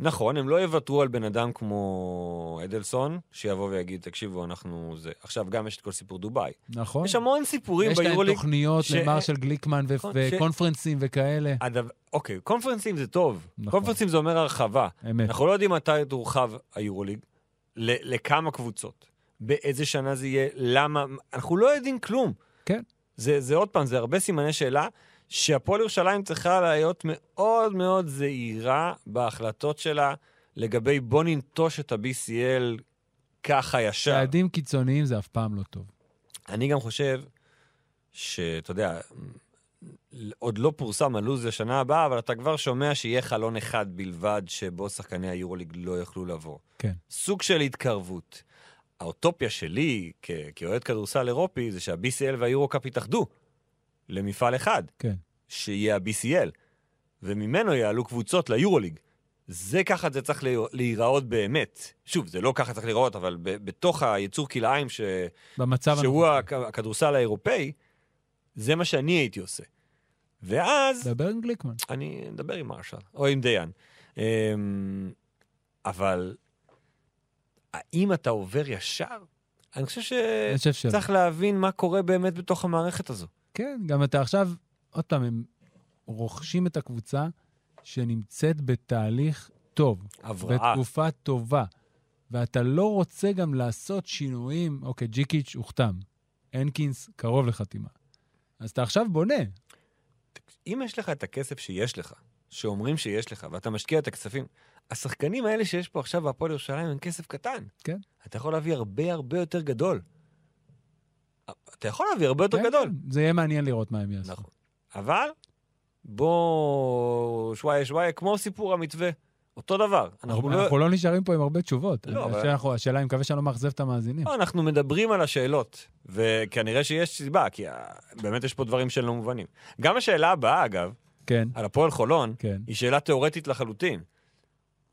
[SPEAKER 3] נכון, הם לא יוותרו על בן אדם כמו אדלסון, שיבוא ויגיד, תקשיבו, אנחנו זה... עכשיו גם יש את כל סיפור דובאי.
[SPEAKER 2] נכון.
[SPEAKER 3] יש המון סיפורים
[SPEAKER 2] יש להם
[SPEAKER 3] ביורוליג.
[SPEAKER 2] תוכניות
[SPEAKER 3] ש-
[SPEAKER 2] למרשל גליקמן ו-
[SPEAKER 3] נכון, ש-
[SPEAKER 2] וקונפרנסים וכאלה.
[SPEAKER 3] הדבר... אוקיי, קונפרנסים זה טוב.
[SPEAKER 2] נכון.
[SPEAKER 3] קונפרנסים זה אומר הרחבה.
[SPEAKER 2] אמת.
[SPEAKER 3] אנחנו לא יודעים מתי תורחב היורוליג, ל- לכמה קבוצות, באיזה שנה זה יהיה, למה, אנחנו לא יודעים כלום.
[SPEAKER 2] כן.
[SPEAKER 3] זה, זה עוד פעם, זה הרבה סימני שאלה, שהפועל ירושלים צריכה להיות מאוד מאוד זהירה בהחלטות שלה לגבי בוא ננטוש את ה-BCL ככה ישר.
[SPEAKER 2] צעדים קיצוניים זה אף פעם לא טוב.
[SPEAKER 3] אני גם חושב שאתה יודע, עוד לא פורסם הלו"ז לשנה הבאה, אבל אתה כבר שומע שיהיה חלון אחד בלבד שבו שחקני היורוליג לא יוכלו לבוא.
[SPEAKER 2] כן.
[SPEAKER 3] סוג של התקרבות. האוטופיה שלי כ- כאוהד כדורסל אירופי זה שה-BCL והיורו-קאפ יתאחדו למפעל אחד.
[SPEAKER 2] כן.
[SPEAKER 3] שיהיה ה-BCL, וממנו יעלו קבוצות ליורוליג. זה ככה זה צריך להיר- להיראות באמת. שוב, זה לא ככה צריך להיראות, אבל ב- בתוך היצור כלאיים ש...
[SPEAKER 2] במצב...
[SPEAKER 3] שהוא
[SPEAKER 2] הנוכחי.
[SPEAKER 3] הכ- הכדורסל האירופאי, זה מה שאני הייתי עושה. ואז
[SPEAKER 2] דבר עם גליקמן.
[SPEAKER 3] אני אדבר עם מרשל, או עם דיין. אמ, אבל האם אתה עובר ישר? אני חושב
[SPEAKER 2] אני
[SPEAKER 3] שצריך
[SPEAKER 2] חושב שלא.
[SPEAKER 3] להבין מה קורה באמת בתוך המערכת הזו.
[SPEAKER 2] כן, גם אתה עכשיו, עוד פעם, הם רוכשים את הקבוצה שנמצאת בתהליך טוב,
[SPEAKER 3] הבראה.
[SPEAKER 2] בתקופה טובה, ואתה לא רוצה גם לעשות שינויים, אוקיי, ג'יקיץ' הוחתם, הנקינס קרוב לחתימה. אז אתה עכשיו בונה.
[SPEAKER 3] אם יש לך את הכסף שיש לך, שאומרים שיש לך, ואתה משקיע את הכספים, השחקנים האלה שיש פה עכשיו בהפועל ירושלים הם כסף קטן.
[SPEAKER 2] כן.
[SPEAKER 3] אתה יכול להביא הרבה הרבה יותר גדול. אתה יכול להביא הרבה יותר
[SPEAKER 2] כן,
[SPEAKER 3] גדול.
[SPEAKER 2] כן, זה יהיה מעניין לראות מה הם יעשו.
[SPEAKER 3] נכון. אבל בוא, שוואיה שוואיה, כמו סיפור המתווה, אותו דבר. אנחנו לא...
[SPEAKER 2] אנחנו לא נשארים פה עם הרבה תשובות.
[SPEAKER 3] לא, אבל-
[SPEAKER 2] השאלה- השאלה, אני מקווה שאני לא מאכזב את המאזינים.
[SPEAKER 3] לא, אנחנו מדברים על השאלות, וכנראה שיש סיבה, כי אה, באמת יש פה דברים שהם לא מובנים. גם השאלה הבאה, אגב,
[SPEAKER 2] כן,
[SPEAKER 3] על הפועל חולון,
[SPEAKER 2] כן.
[SPEAKER 3] היא שאלה תיאורטית לחלוטין,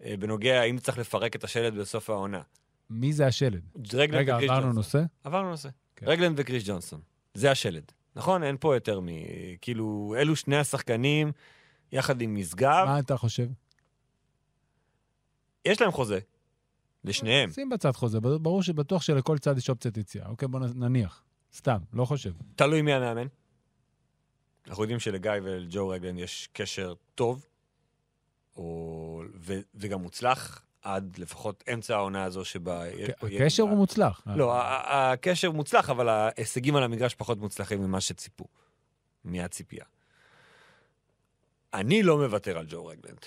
[SPEAKER 3] אה, בנוגע האם צריך לפרק את השלד בסוף העונה.
[SPEAKER 2] מי זה השלד?
[SPEAKER 3] רגלנד
[SPEAKER 2] רגע,
[SPEAKER 3] וקריש
[SPEAKER 2] עברנו
[SPEAKER 3] ג'ונסון.
[SPEAKER 2] נושא?
[SPEAKER 3] עברנו נושא.
[SPEAKER 2] כן.
[SPEAKER 3] רגלנד וקריש ג'ונסון, זה השלד. נכון? אין פה יותר מ... כאילו, אלו שני השחקנים, יחד עם משגב,
[SPEAKER 2] מה אתה חושב?
[SPEAKER 3] יש להם חוזה. לשניהם.
[SPEAKER 2] שים בצד חוזה, ב- ברור שבטוח שלכל צד יש אופציית יציאה. אוקיי, בוא נ- נניח. סתם, לא חושב.
[SPEAKER 3] תלוי מי המאמן. אנחנו יודעים שלגיא ולג'ו רגלן יש קשר טוב, או... ו... וגם מוצלח, עד לפחות אמצע העונה הזו שבה... יש פה-
[SPEAKER 2] הקשר הוא מוצלח.
[SPEAKER 3] אה, לא, ה- ה- הקשר מוצלח, אבל ההישגים על המגרש פחות מוצלחים ממה שציפו, מהציפייה. אני לא מוותר על ג'ו רגלנד,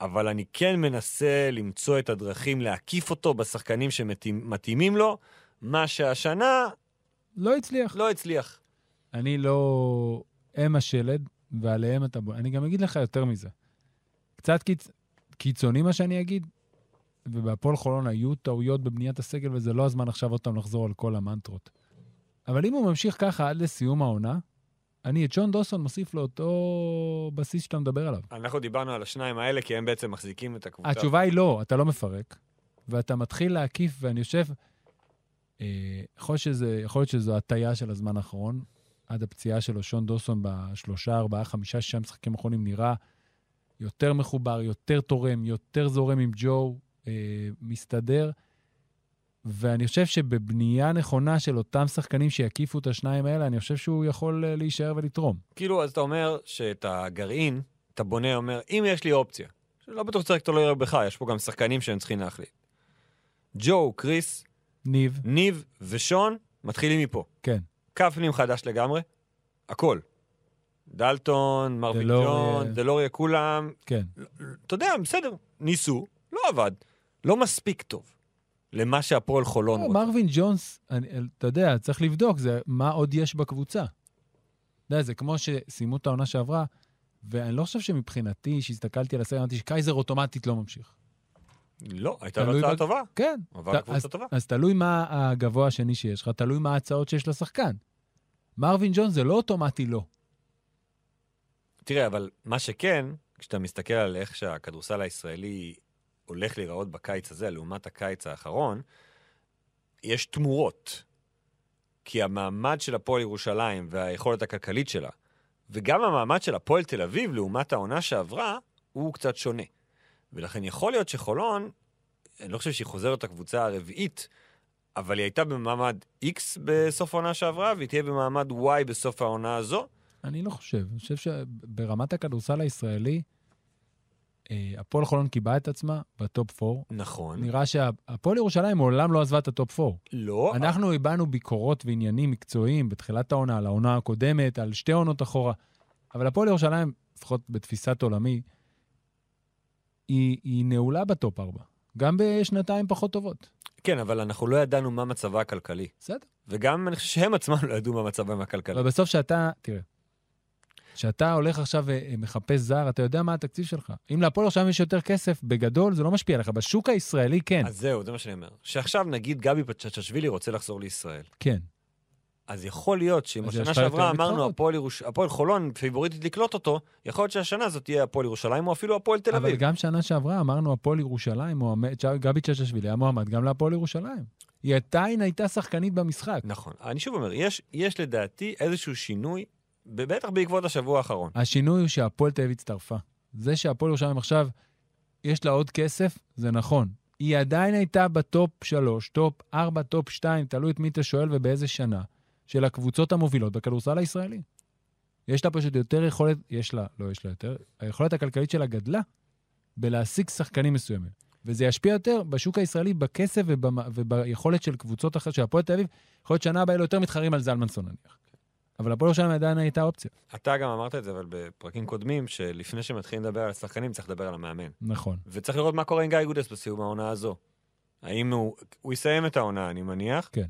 [SPEAKER 3] אבל אני כן מנסה למצוא את הדרכים להקיף אותו בשחקנים שמתאימים לו, מה שהשנה
[SPEAKER 2] לא הצליח.
[SPEAKER 3] לא הצליח.
[SPEAKER 2] אני לא... הם השלד, ועליהם אתה... בוא- אני גם אגיד לך יותר מזה. קצת קיצ... קיצוני מה שאני אגיד, ובהפועל חולון היו טעויות בבניית הסגל, וזה לא הזמן עכשיו עוד פעם לחזור על כל המנטרות. אבל אם הוא ממשיך ככה עד לסיום העונה, אני את שון דוסון מוסיף לאותו בסיס שאתה מדבר עליו.
[SPEAKER 3] אנחנו דיברנו על השניים האלה, כי הם בעצם מחזיקים את הקבוצה.
[SPEAKER 2] התשובה היא לא, אתה לא מפרק, ואתה מתחיל להקיף, ואני יושב, אה, יכול, שזה, יכול להיות שזו הטיה של הזמן האחרון, עד הפציעה שלו, שון דוסון בשלושה, ארבעה, חמישה, שישה משחקים האחרונים נראה יותר מחובר, יותר תורם, יותר זורם עם ג'ו, אה, מסתדר. ואני חושב שבבנייה נכונה של אותם שחקנים שיקיפו את השניים האלה, אני חושב שהוא יכול אה, להישאר ולתרום.
[SPEAKER 3] כאילו, אז אתה אומר שאת הגרעין, אתה בונה, אומר, אם יש לי אופציה, שלא בטוח שצריך אותו לא יראה בך, יש פה גם שחקנים שהם צריכים להחליט. ג'ו, קריס,
[SPEAKER 2] ניב,
[SPEAKER 3] ניב ושון מתחילים מפה.
[SPEAKER 2] כן.
[SPEAKER 3] קו פנים חדש לגמרי, הכל. דלטון, מרווין
[SPEAKER 2] דלוריה.
[SPEAKER 3] ג'ון, דלוריה, כולם,
[SPEAKER 2] כן.
[SPEAKER 3] אתה יודע, בסדר, ניסו, לא עבד. לא מספיק טוב למה שהפועל חולון
[SPEAKER 2] לא,
[SPEAKER 3] רוצה.
[SPEAKER 2] מרווין ג'ונס, אני, אתה יודע, צריך לבדוק זה, מה עוד יש בקבוצה. אתה יודע, זה כמו שסיימו את העונה שעברה, ואני לא חושב שמבחינתי, שהסתכלתי על הסרט, אמרתי שקייזר אוטומטית לא ממשיך.
[SPEAKER 3] לא, הייתה לו
[SPEAKER 2] תלוי
[SPEAKER 3] הצעה
[SPEAKER 2] בג-
[SPEAKER 3] טובה,
[SPEAKER 2] כן.
[SPEAKER 3] אבל
[SPEAKER 2] ת- אז,
[SPEAKER 3] קבוצה טובה.
[SPEAKER 2] אז תלוי מה הגבוה השני שיש לך, תלוי מה ההצעות שיש לשחקן. מרווין ג'ונס זה לא אוטומטי לא.
[SPEAKER 3] תראה, אבל מה שכן, כשאתה מסתכל על איך שהכדורסל הישראלי הולך להיראות בקיץ הזה, לעומת הקיץ האחרון, יש תמורות. כי המעמד של הפועל ירושלים והיכולת הכלכלית שלה, וגם המעמד של הפועל תל אביב לעומת העונה שעברה, הוא קצת שונה. ולכן יכול להיות שחולון, אני לא חושב שהיא חוזרת לקבוצה הרביעית, אבל היא הייתה במעמד X בסוף העונה שעברה, והיא תהיה במעמד Y בסוף העונה הזו.
[SPEAKER 2] אני לא חושב. אני חושב שברמת הכדורסל הישראלי, אה, הפועל חולון קיבעה את עצמה בטופ 4.
[SPEAKER 3] נכון.
[SPEAKER 2] נראה שהפועל ירושלים מעולם לא עזבה את הטופ 4.
[SPEAKER 3] לא,
[SPEAKER 2] אנחנו הבענו ביקורות ועניינים מקצועיים בתחילת העונה, על העונה הקודמת, על שתי עונות אחורה, אבל הפועל ירושלים, לפחות בתפיסת עולמי, היא, היא נעולה בטופ 4, גם בשנתיים פחות טובות.
[SPEAKER 3] כן, אבל אנחנו לא ידענו מה מצבה הכלכלי.
[SPEAKER 2] בסדר.
[SPEAKER 3] וגם אני חושב שהם עצמם לא ידעו מה מצבם הכלכלי.
[SPEAKER 2] אבל בסוף שאתה, תראה, כשאתה הולך עכשיו ומחפש זר, אתה יודע מה התקציב שלך. אם להפועל ירושלים יש יותר כסף, בגדול זה לא משפיע עליך. בשוק הישראלי כן,
[SPEAKER 3] אז זהו, זה מה שאני אומר. שעכשיו נגיד גבי פצ'צ'שווילי רוצה לחזור לישראל.
[SPEAKER 2] כן.
[SPEAKER 3] אז יכול להיות שאם
[SPEAKER 2] אז יש
[SPEAKER 3] השנה
[SPEAKER 2] לך יותר
[SPEAKER 3] שעברה אמרנו,
[SPEAKER 2] מתחרות.
[SPEAKER 3] הפועל, ירוש... הפועל חולון פיבוריטית לקלוט אותו, יכול להיות שהשנה זאת תהיה הפועל ירושלים או אפילו הפועל תל
[SPEAKER 2] אבל
[SPEAKER 3] אביב.
[SPEAKER 2] גם שנה שעברה אמרנו הפועל ירושלים, מועמד- צ'או- גבי צ'צ'שווילי היה מועמד גם להפועל ירושלים. היא עדיין הייתה שחקנית במשחק.
[SPEAKER 3] נכון. אני שוב אומר, יש, יש לדעתי איזשהו שינוי, בטח בעקבות השבוע האחרון.
[SPEAKER 2] השינוי הוא שהפועל תל אביב הצטרפה. זה שהפועל ירושלים עכשיו, יש לה עוד כסף, זה נכון. היא עדיין הייתה בטופ 3, טופ 4, טופ 2, תלוי את מי אתה שואל ובאיזה שנה, של הקבוצות המובילות בכדורסל הישראלי. יש לה פשוט יותר יכולת, יש לה, לא יש לה יותר, היכולת הכלכלית שלה גדלה בלהשיג שחקנים מסוימים. וזה ישפיע יותר בשוק הישראלי, בכסף ובמ- וביכולת של קבוצות אחרות, של הפועל תל אביב, יכול להיות שנה הבאה יהיו לו יותר מתחרים על זלמנסון נניח. אבל הפועל ירושלים עדיין הייתה אופציה.
[SPEAKER 3] אתה גם אמרת את זה, אבל בפרקים קודמים, שלפני שמתחילים לדבר על השחקנים, צריך לדבר על המאמן.
[SPEAKER 2] נכון.
[SPEAKER 3] וצריך לראות מה קורה עם גיא גודס בסיום העונה הזו. האם הוא... הוא יסיים את העונה, אני מניח.
[SPEAKER 2] כן.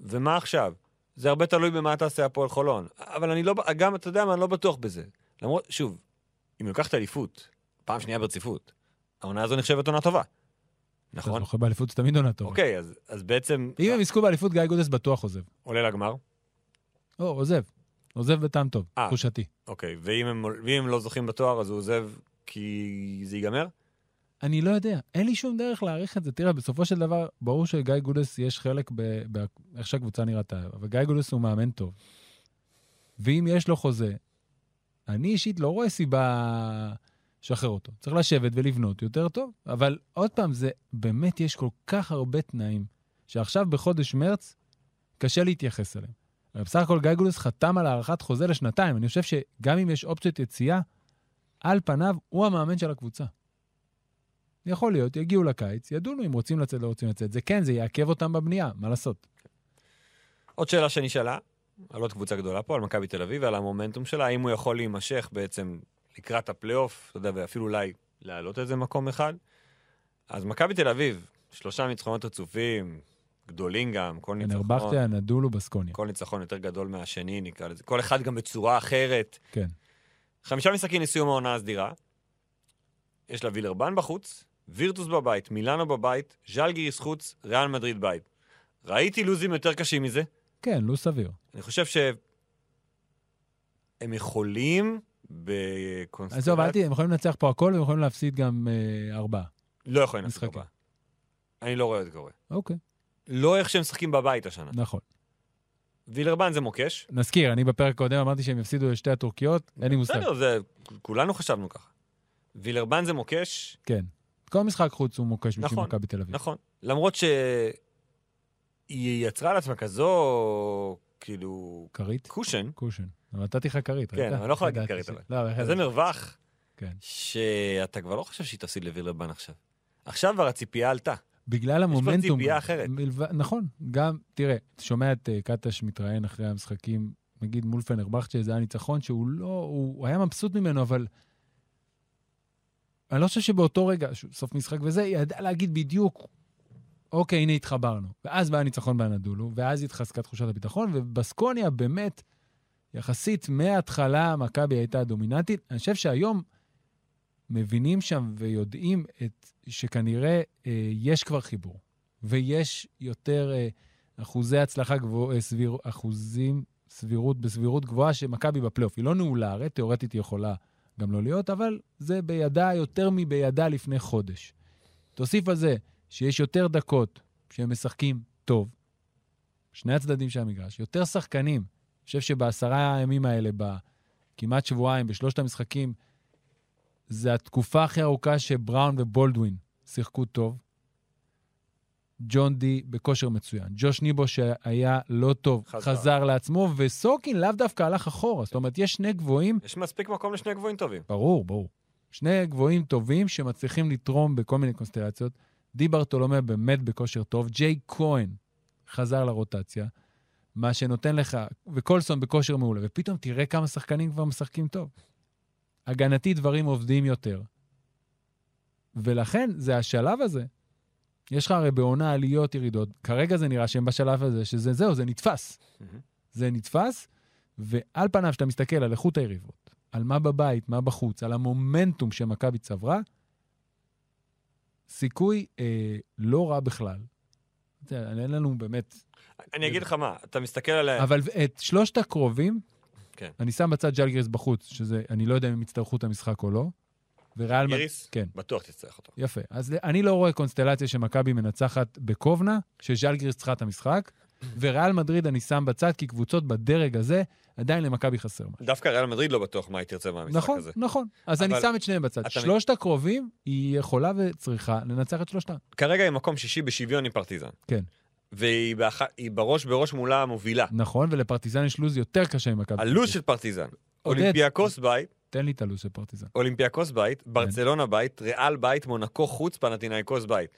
[SPEAKER 3] ומה עכשיו? זה הרבה תלוי במה תעשה הפועל חולון. אבל אני לא... גם, אתה יודע מה, אני לא בטוח בזה. למרות, שוב, אם הוא ייקח את האליפות, פעם שנייה ברציפות, העונה הזו נחשבת עונה טובה.
[SPEAKER 2] נכון.
[SPEAKER 3] נכון?
[SPEAKER 2] אתה זוכר באליפות זה תמיד עונה טובה.
[SPEAKER 3] אוקיי, אז, אז בעצם
[SPEAKER 2] אם הם יזכו באליפות, גיא גודס בטוח עוזב.
[SPEAKER 3] עולה לגמר.
[SPEAKER 2] או, עוזב. עוזב בטעם טוב,
[SPEAKER 3] אה.
[SPEAKER 2] תחושתי.
[SPEAKER 3] אוקיי, ואם הם, ואם הם לא זוכים בתואר, אז הוא עוזב כי זה ייגמר?
[SPEAKER 2] אני לא יודע, אין לי שום דרך להעריך את זה. תראה, בסופו של דבר, ברור שלגיא גודס יש חלק ב- באיך שהקבוצה נראתה, אבל גיא גודס הוא מאמן טוב. ואם יש לו חוזה, אני אישית לא רואה סיבה לשחרר אותו. צריך לשבת ולבנות יותר טוב. אבל עוד פעם, זה באמת, יש כל כך הרבה תנאים, שעכשיו בחודש מרץ קשה להתייחס אליהם. אבל בסך הכל גיא גודס חתם על הארכת חוזה לשנתיים. אני חושב שגם אם יש אופציות יציאה, על פניו הוא המאמן של הקבוצה. יכול להיות, יגיעו לקיץ, ידונו אם רוצים לצאת, לא רוצים לצאת. זה כן, זה יעכב אותם בבנייה, מה לעשות?
[SPEAKER 3] עוד שאלה שנשאלה, על עוד קבוצה גדולה פה, על מכבי תל אביב ועל המומנטום שלה, האם הוא יכול להימשך בעצם לקראת הפלייאוף, אתה יודע, ואפילו אולי להעלות איזה מקום אחד? אז מכבי תל אביב, שלושה ניצחונות רצופים, גדולים גם,
[SPEAKER 2] כן,
[SPEAKER 3] כל ניצחון,
[SPEAKER 2] נרבכתיה, נדולו, בסקוניה.
[SPEAKER 3] כל ניצחון יותר גדול מהשני, נקרא לזה, כל אחד גם בצורה אחרת.
[SPEAKER 2] כן.
[SPEAKER 3] חמישה משחקים לסיום העונה הסדירה. יש לה וילרבן בחוץ, וירטוס בבית, מילאנו בבית, ז'לגיריס חוץ, ריאל מדריד בית. ראיתי לוזים יותר קשים מזה.
[SPEAKER 2] כן, לא סביר.
[SPEAKER 3] אני חושב שהם יכולים בקונסטלציה...
[SPEAKER 2] עזוב, אל תהיה, הם יכולים לנצח פה הכל והם יכולים להפסיד גם אה, ארבעה.
[SPEAKER 3] לא יכולים לנצח
[SPEAKER 2] משחקים.
[SPEAKER 3] ארבעה. אני לא רואה את זה קורה.
[SPEAKER 2] אוקיי,
[SPEAKER 3] לא איך שהם משחקים בבית השנה.
[SPEAKER 2] נכון.
[SPEAKER 3] וילרבן זה מוקש.
[SPEAKER 2] נזכיר, אני בפרק הקודם אמרתי שהם יפסידו לשתי הטורקיות, אין לי מושג.
[SPEAKER 3] בסדר, זה... כולנו חשבנו ככה. וילרבן זה מוקש,
[SPEAKER 2] כן. כל משחק חוץ הוא מוקש בשביל
[SPEAKER 3] נכון,
[SPEAKER 2] מכבי תל אביב.
[SPEAKER 3] נכון. למרות שהיא יצרה על עצמה כזו, כאילו,
[SPEAKER 2] כרית?
[SPEAKER 3] קושן,
[SPEAKER 2] קושן. אבל נתתי לך כרית,
[SPEAKER 3] כן,
[SPEAKER 2] ראית?
[SPEAKER 3] אבל אני לא יכול להגיד
[SPEAKER 2] ידעתי
[SPEAKER 3] כרית,
[SPEAKER 2] ש-
[SPEAKER 3] אבל.
[SPEAKER 2] לא, אבל...
[SPEAKER 3] אז זה מרווח
[SPEAKER 2] כן.
[SPEAKER 3] שאתה כבר לא חושב שהיא תפסיד לווילרבן עכשיו. עכשיו כבר הציפייה עלתה.
[SPEAKER 2] בגלל המומנטום.
[SPEAKER 3] ציפייה אחרת.
[SPEAKER 2] מלבד- נכון, גם, תראה, שומע את אה, קטש מתראיין אחרי המשחקים, נגיד מול פנרבכצ'ה, זה היה ניצחון שהוא לא, הוא הוא היה מבסוט ממנו, אבל... אני לא חושב שבאותו רגע, ש- סוף משחק וזה, היא ידעה להגיד בדיוק, אוקיי, הנה התחברנו. ואז בא הניצחון באנדולו, ואז התחזקה תחושת הביטחון, ובסקוניה באמת, יחסית מההתחלה, מכבי הייתה הדומיננטית. אני חושב שהיום מבינים שם ויודעים את, שכנראה אה, יש כבר חיבור, ויש יותר אה, אחוזי הצלחה גבוה, אה, סביר, אחוזים, סבירות, בסבירות גבוהה שמכבי בפלייאוף. היא לא נעולה, הרי תיאורטית היא יכולה גם לא להיות, אבל זה בידה יותר מבידה לפני חודש. תוסיף על זה שיש יותר דקות שהם משחקים טוב, שני הצדדים של המגרש, יותר שחקנים. אני חושב שבעשרה הימים האלה, בכמעט שבועיים, בשלושת המשחקים, זה התקופה הכי ארוכה שבראון ובולדווין שיחקו טוב. ג'ון די בכושר מצוין. ג'וש ניבו שהיה לא טוב,
[SPEAKER 3] חזר.
[SPEAKER 2] חזר, חזר לעצמו, וסורקין לאו דווקא הלך אחורה. זאת אומרת, יש שני גבוהים
[SPEAKER 3] יש מספיק מקום לשני גבוהים טובים.
[SPEAKER 2] ברור, ברור. שני גבוהים טובים שמצליחים לתרום בכל מיני קונסטלציות. די ברטולומה באמת בכושר טוב, ג'יי כהן חזר לרוטציה, מה שנותן לך, וקולסון בכושר מעולה, ופתאום תראה כמה שחקנים כבר משחקים טוב. הגנתי דברים עובדים יותר. ולכן זה השלב הזה. יש לך הרי בעונה עליות, ירידות, כרגע זה נראה שהם בשלב הזה, שזה זהו, זה נתפס.
[SPEAKER 3] מהמם.
[SPEAKER 2] זה נתפס, ועל פניו, כשאתה מסתכל על איכות היריבות, על מה בבית, מה בחוץ, על המומנטום שמכבי צברה, סיכוי אה, לא רע בכלל. אתה יודע, אין לנו באמת...
[SPEAKER 3] אני אגיד לך מה, אתה מסתכל עליה,
[SPEAKER 2] אבל את שלושת הקרובים,
[SPEAKER 3] כן.
[SPEAKER 2] אני שם בצד ג'לגריס בחוץ, שזה, אני לא יודע אם הם יצטרכו את המשחק או לא. וריאל... מד-
[SPEAKER 3] איריס?
[SPEAKER 2] כן.
[SPEAKER 3] בטוח תצטרך אותו.
[SPEAKER 2] יפה. אז אני לא רואה קונסטלציה שמכבי מנצחת בקובנה, שז'לגיריס צריכה את המשחק, וריאל מדריד אני שם בצד, כי קבוצות בדרג הזה עדיין למכבי חסר משהו.
[SPEAKER 3] דווקא ריאל מדריד לא בטוח מה היא תרצה מהמשחק
[SPEAKER 2] נכון,
[SPEAKER 3] הזה.
[SPEAKER 2] נכון. אז אני
[SPEAKER 3] אבל-
[SPEAKER 2] שם את שניהם בצד.
[SPEAKER 3] אתה-
[SPEAKER 2] שלושת הקרובים, היא יכולה וצריכה לנצח את שלושתם.
[SPEAKER 3] כרגע היא מקום שישי בשוויון עם פרטיזן.
[SPEAKER 2] כן.
[SPEAKER 3] והיא באח- היא בראש בראש מולה המובילה.
[SPEAKER 2] נכון, ולפרטיזן יש לו"ז יותר קשה ממכבי.
[SPEAKER 3] הלו"ז של פרטיזן.
[SPEAKER 2] עודד.
[SPEAKER 3] אולימפיאקוס ביי,
[SPEAKER 2] תן לי את הלו"ז של פרטיזן.
[SPEAKER 3] אולימפיאקוס בית, ברצלונה בית, ריאל בית, מונקו חוץ, פנטינאיקוס בית.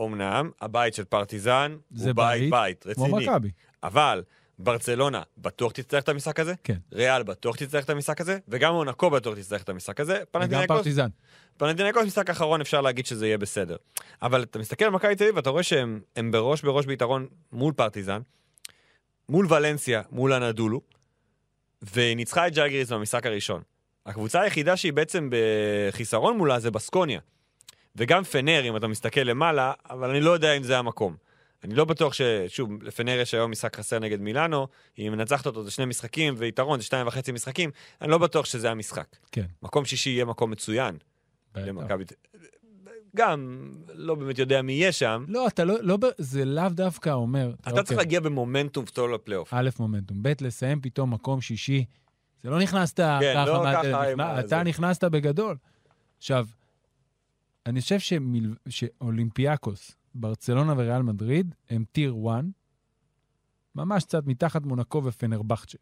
[SPEAKER 3] אמנם, הבית של פרטיזן
[SPEAKER 2] זה
[SPEAKER 3] הוא בית,
[SPEAKER 2] בית,
[SPEAKER 3] בית,
[SPEAKER 2] כמו
[SPEAKER 3] רציני.
[SPEAKER 2] מכבי.
[SPEAKER 3] אבל ברצלונה בטוח תצטרך את המשחק הזה,
[SPEAKER 2] כן.
[SPEAKER 3] ריאל בטוח תצטרך את המשחק הזה, וגם מונקו בטוח תצטרך את המשחק הזה.
[SPEAKER 2] וגם
[SPEAKER 3] פנטינאיקוס,
[SPEAKER 2] פרטיזן.
[SPEAKER 3] פנטינאיקוס משחק אחרון, אפשר להגיד שזה יהיה בסדר. אבל אתה מסתכל על מכבי תל אביב, ואתה רואה שהם הם בראש בראש ביתרון מול פרטיזן, מול ולנסיה, מול הנדולו, וניצחה את ג'אגריס במשחק הראשון. הקבוצה היחידה שהיא בעצם בחיסרון מולה זה בסקוניה. וגם פנר, אם אתה מסתכל למעלה, אבל אני לא יודע אם זה המקום. אני לא בטוח ש... שוב, לפנר יש היום משחק חסר נגד מילאנו, היא מנצחת אותו, זה שני משחקים, ויתרון זה שתיים וחצי משחקים, אני לא בטוח שזה המשחק.
[SPEAKER 2] כן.
[SPEAKER 3] מקום שישי יהיה מקום מצוין.
[SPEAKER 2] בטח.
[SPEAKER 3] למכבי ת- גם לא באמת יודע מי יהיה שם.
[SPEAKER 2] לא, אתה לא, לא, ב- זה לאו דווקא אומר.
[SPEAKER 3] אתה צריך
[SPEAKER 2] אוקיי, אה,
[SPEAKER 3] להגיע במומנטום טוב לפלייאוף.
[SPEAKER 2] א', מומנטום, ב', לסיים פתאום מקום שישי. זה לא נכנסת ככה
[SPEAKER 3] לא
[SPEAKER 2] מהדלת,
[SPEAKER 3] ככה עם
[SPEAKER 2] נכנס-
[SPEAKER 3] ה-
[SPEAKER 2] אתה
[SPEAKER 3] זה.
[SPEAKER 2] נכנסת בגדול. עכשיו, אני חושב שמל... שאולימפיאקוס, ברצלונה וריאל מדריד הם טיר 1, ממש קצת מתחת מונקו ופנרבכצ'ה.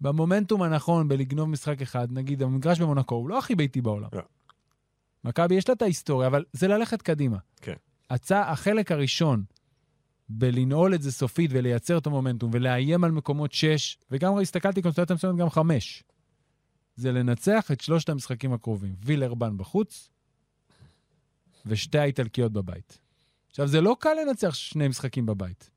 [SPEAKER 2] במומנטום הנכון, בלגנוב משחק אחד, נגיד המגרש במונקו הוא לא הכי ביתי בעולם.
[SPEAKER 3] לא.
[SPEAKER 2] מכבי יש לה את ההיסטוריה, אבל זה ללכת קדימה.
[SPEAKER 3] כן.
[SPEAKER 2] הצע, החלק הראשון בלנעול את זה סופית ולייצר את המומנטום ולאיים על מקומות 6, וגם הסתכלתי קונסטלציה מסוימת גם 5, זה לנצח את שלושת המשחקים הקרובים. וילרבן בחוץ, ושתי האיטלקיות בבית. עכשיו, זה לא קל לנצח שני משחקים בבית.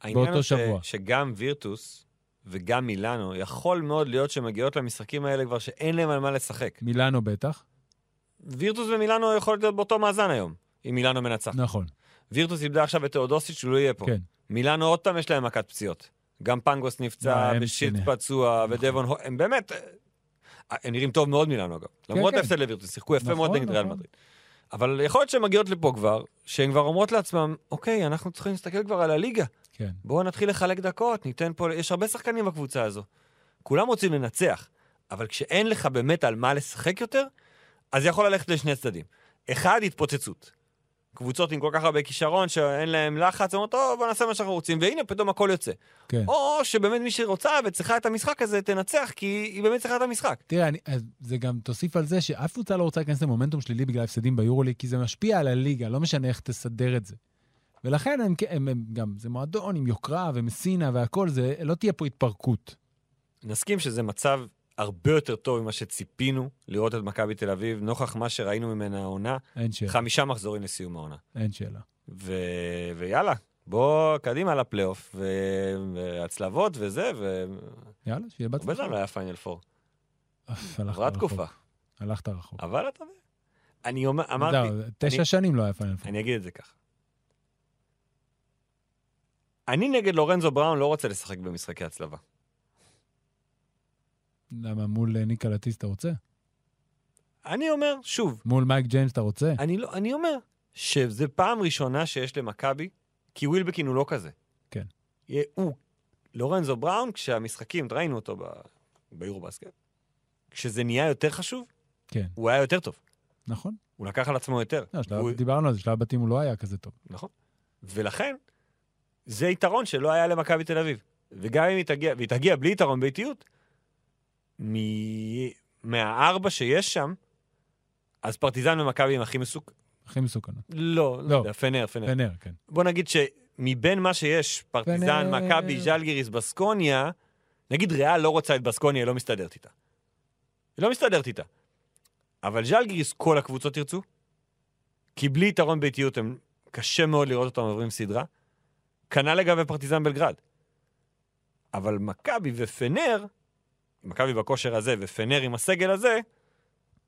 [SPEAKER 3] העניין
[SPEAKER 2] באותו
[SPEAKER 3] הוא
[SPEAKER 2] שבוע.
[SPEAKER 3] שגם וירטוס וגם מילאנו, יכול מאוד להיות שמגיעות למשחקים האלה כבר שאין להם על מה לשחק.
[SPEAKER 2] מילאנו בטח.
[SPEAKER 3] וירטוס ומילאנו יכול להיות באותו מאזן היום, אם מילאנו מנצחת.
[SPEAKER 2] נכון,
[SPEAKER 3] וירטוס איבדה עכשיו את תאודוסיץ', שהוא לא יהיה פה.
[SPEAKER 2] כן.
[SPEAKER 3] מילאנו עוד פעם יש להם מכת פציעות. גם פנגוס
[SPEAKER 2] מה,
[SPEAKER 3] נפצע,
[SPEAKER 2] אה, הם נכון.
[SPEAKER 3] ושילד
[SPEAKER 2] משנה.
[SPEAKER 3] פצוע, ודבון... הו- הם באמת... אה, הם נראים טוב מאוד מילאנו אגב. למרות
[SPEAKER 2] כן.
[SPEAKER 3] ההפסד לווירטוס, שיחקו יפה מאוד
[SPEAKER 2] נכון,
[SPEAKER 3] נגד ריאל
[SPEAKER 2] נכון.
[SPEAKER 3] מדריד. אבל יכול להיות שהן מגיעות לפה כבר, שהן כבר אומרות לעצמן, אוקיי, אנחנו צריכים להסתכל כבר על הליגה.
[SPEAKER 2] כן.
[SPEAKER 3] בואו נתחיל לחלק דקות, ניתן פה... יש הרבה שחקנים בקבוצה הזו. כולם רוצים לנצח, אבל כשאין לך באמת על מה לשחק יותר, אז זה יכול ללכת לשני צדדים. אחד, התפוצצות. קבוצות עם כל כך הרבה כישרון שאין להם לחץ, אומרות, טוב, בוא נעשה מה שאנחנו רוצים, והנה, פתאום הכל יוצא.
[SPEAKER 2] כן.
[SPEAKER 3] או שבאמת מי שרוצה וצריכה את המשחק הזה, תנצח, כי היא באמת צריכה את המשחק.
[SPEAKER 2] תראה, אני, אז זה גם תוסיף על זה שאף קבוצה לא רוצה להיכנס למומנטום שלילי בגלל הפסדים ביורוליג, כי זה משפיע על הליגה, לא משנה איך תסדר את זה. ולכן הם, כ- הם, הם גם, זה מועדון עם יוקרה ומסינה והכל, זה, לא תהיה פה התפרקות.
[SPEAKER 3] נסכים שזה מצב הרבה יותר טוב ממה שציפינו לראות את מכבי תל אביב, נוכח מה שראינו ממנה העונה,
[SPEAKER 2] אין שאלה,
[SPEAKER 3] חמישה מחזורים לסיום העונה.
[SPEAKER 2] אין שאלה.
[SPEAKER 3] ו... ויאללה, בוא קדימה לפלייאוף, ו... והצלבות וזה, והרבה
[SPEAKER 2] יאללה, שיהיה בהצלחה.
[SPEAKER 3] זמן לא היה פיינל פור.
[SPEAKER 2] אוף, הלכת
[SPEAKER 3] עברה
[SPEAKER 2] רחוק.
[SPEAKER 3] תקופה.
[SPEAKER 2] הלכת רחוק.
[SPEAKER 3] אבל אתה יודע. אני אומר, אמרתי,
[SPEAKER 2] זהו, תשע
[SPEAKER 3] אני-
[SPEAKER 2] שנים לא היה פיינל פור.
[SPEAKER 3] אני אגיד את זה ככה. אני נגד לורנזו בראון לא רוצה לשחק במשחקי הצלבה.
[SPEAKER 2] למה, מול אה, ניקה לטיס אתה רוצה?
[SPEAKER 3] אני אומר, שוב,
[SPEAKER 2] מול מייק ג'יימס אתה רוצה?
[SPEAKER 3] אני, לא, אני אומר שזה פעם ראשונה שיש למכבי, כי ווילבקין הוא לא כזה.
[SPEAKER 2] כן.
[SPEAKER 3] יהיה- הוא, לורנזו בראון, כשהמשחקים, ראינו אותו ב... ביורבסקט, כשזה נהיה יותר חשוב,
[SPEAKER 2] כן,
[SPEAKER 3] הוא היה יותר טוב.
[SPEAKER 2] נכון.
[SPEAKER 3] הוא לקח על עצמו יותר.
[SPEAKER 2] לא, שלב-
[SPEAKER 3] הוא...
[SPEAKER 2] דיברנו על זה, שלב הבתים הוא לא היה כזה טוב.
[SPEAKER 3] נכון. ולכן, זה יתרון שלא היה למכבי תל אביב. וגם אם היא תגיע, והיא תגיע בלי יתרון באיטיות, מ... מהארבע שיש שם, אז פרטיזן ומכבי הם הכי מסוכ...
[SPEAKER 2] הכי מסוכנות.
[SPEAKER 3] לא,
[SPEAKER 2] לא.
[SPEAKER 3] לא, יודע, פנר, פנר.
[SPEAKER 2] פנר, כן.
[SPEAKER 3] בוא נגיד שמבין מה שיש, פרטיזן,
[SPEAKER 2] פנר.
[SPEAKER 3] מכבי, ז'לגיריס, בסקוניה, נגיד ריאל לא רוצה את בסקוניה, היא לא מסתדרת איתה. היא לא מסתדרת איתה. אבל ז'לגיריס, כל הקבוצות ירצו, כי בלי יתרון ביתיות, הם, קשה מאוד לראות אותם עוברים סדרה. כנ"ל לגבי פרטיזן בלגרד. אבל מכבי ופנר, מכבי בכושר הזה ופנר עם הסגל הזה,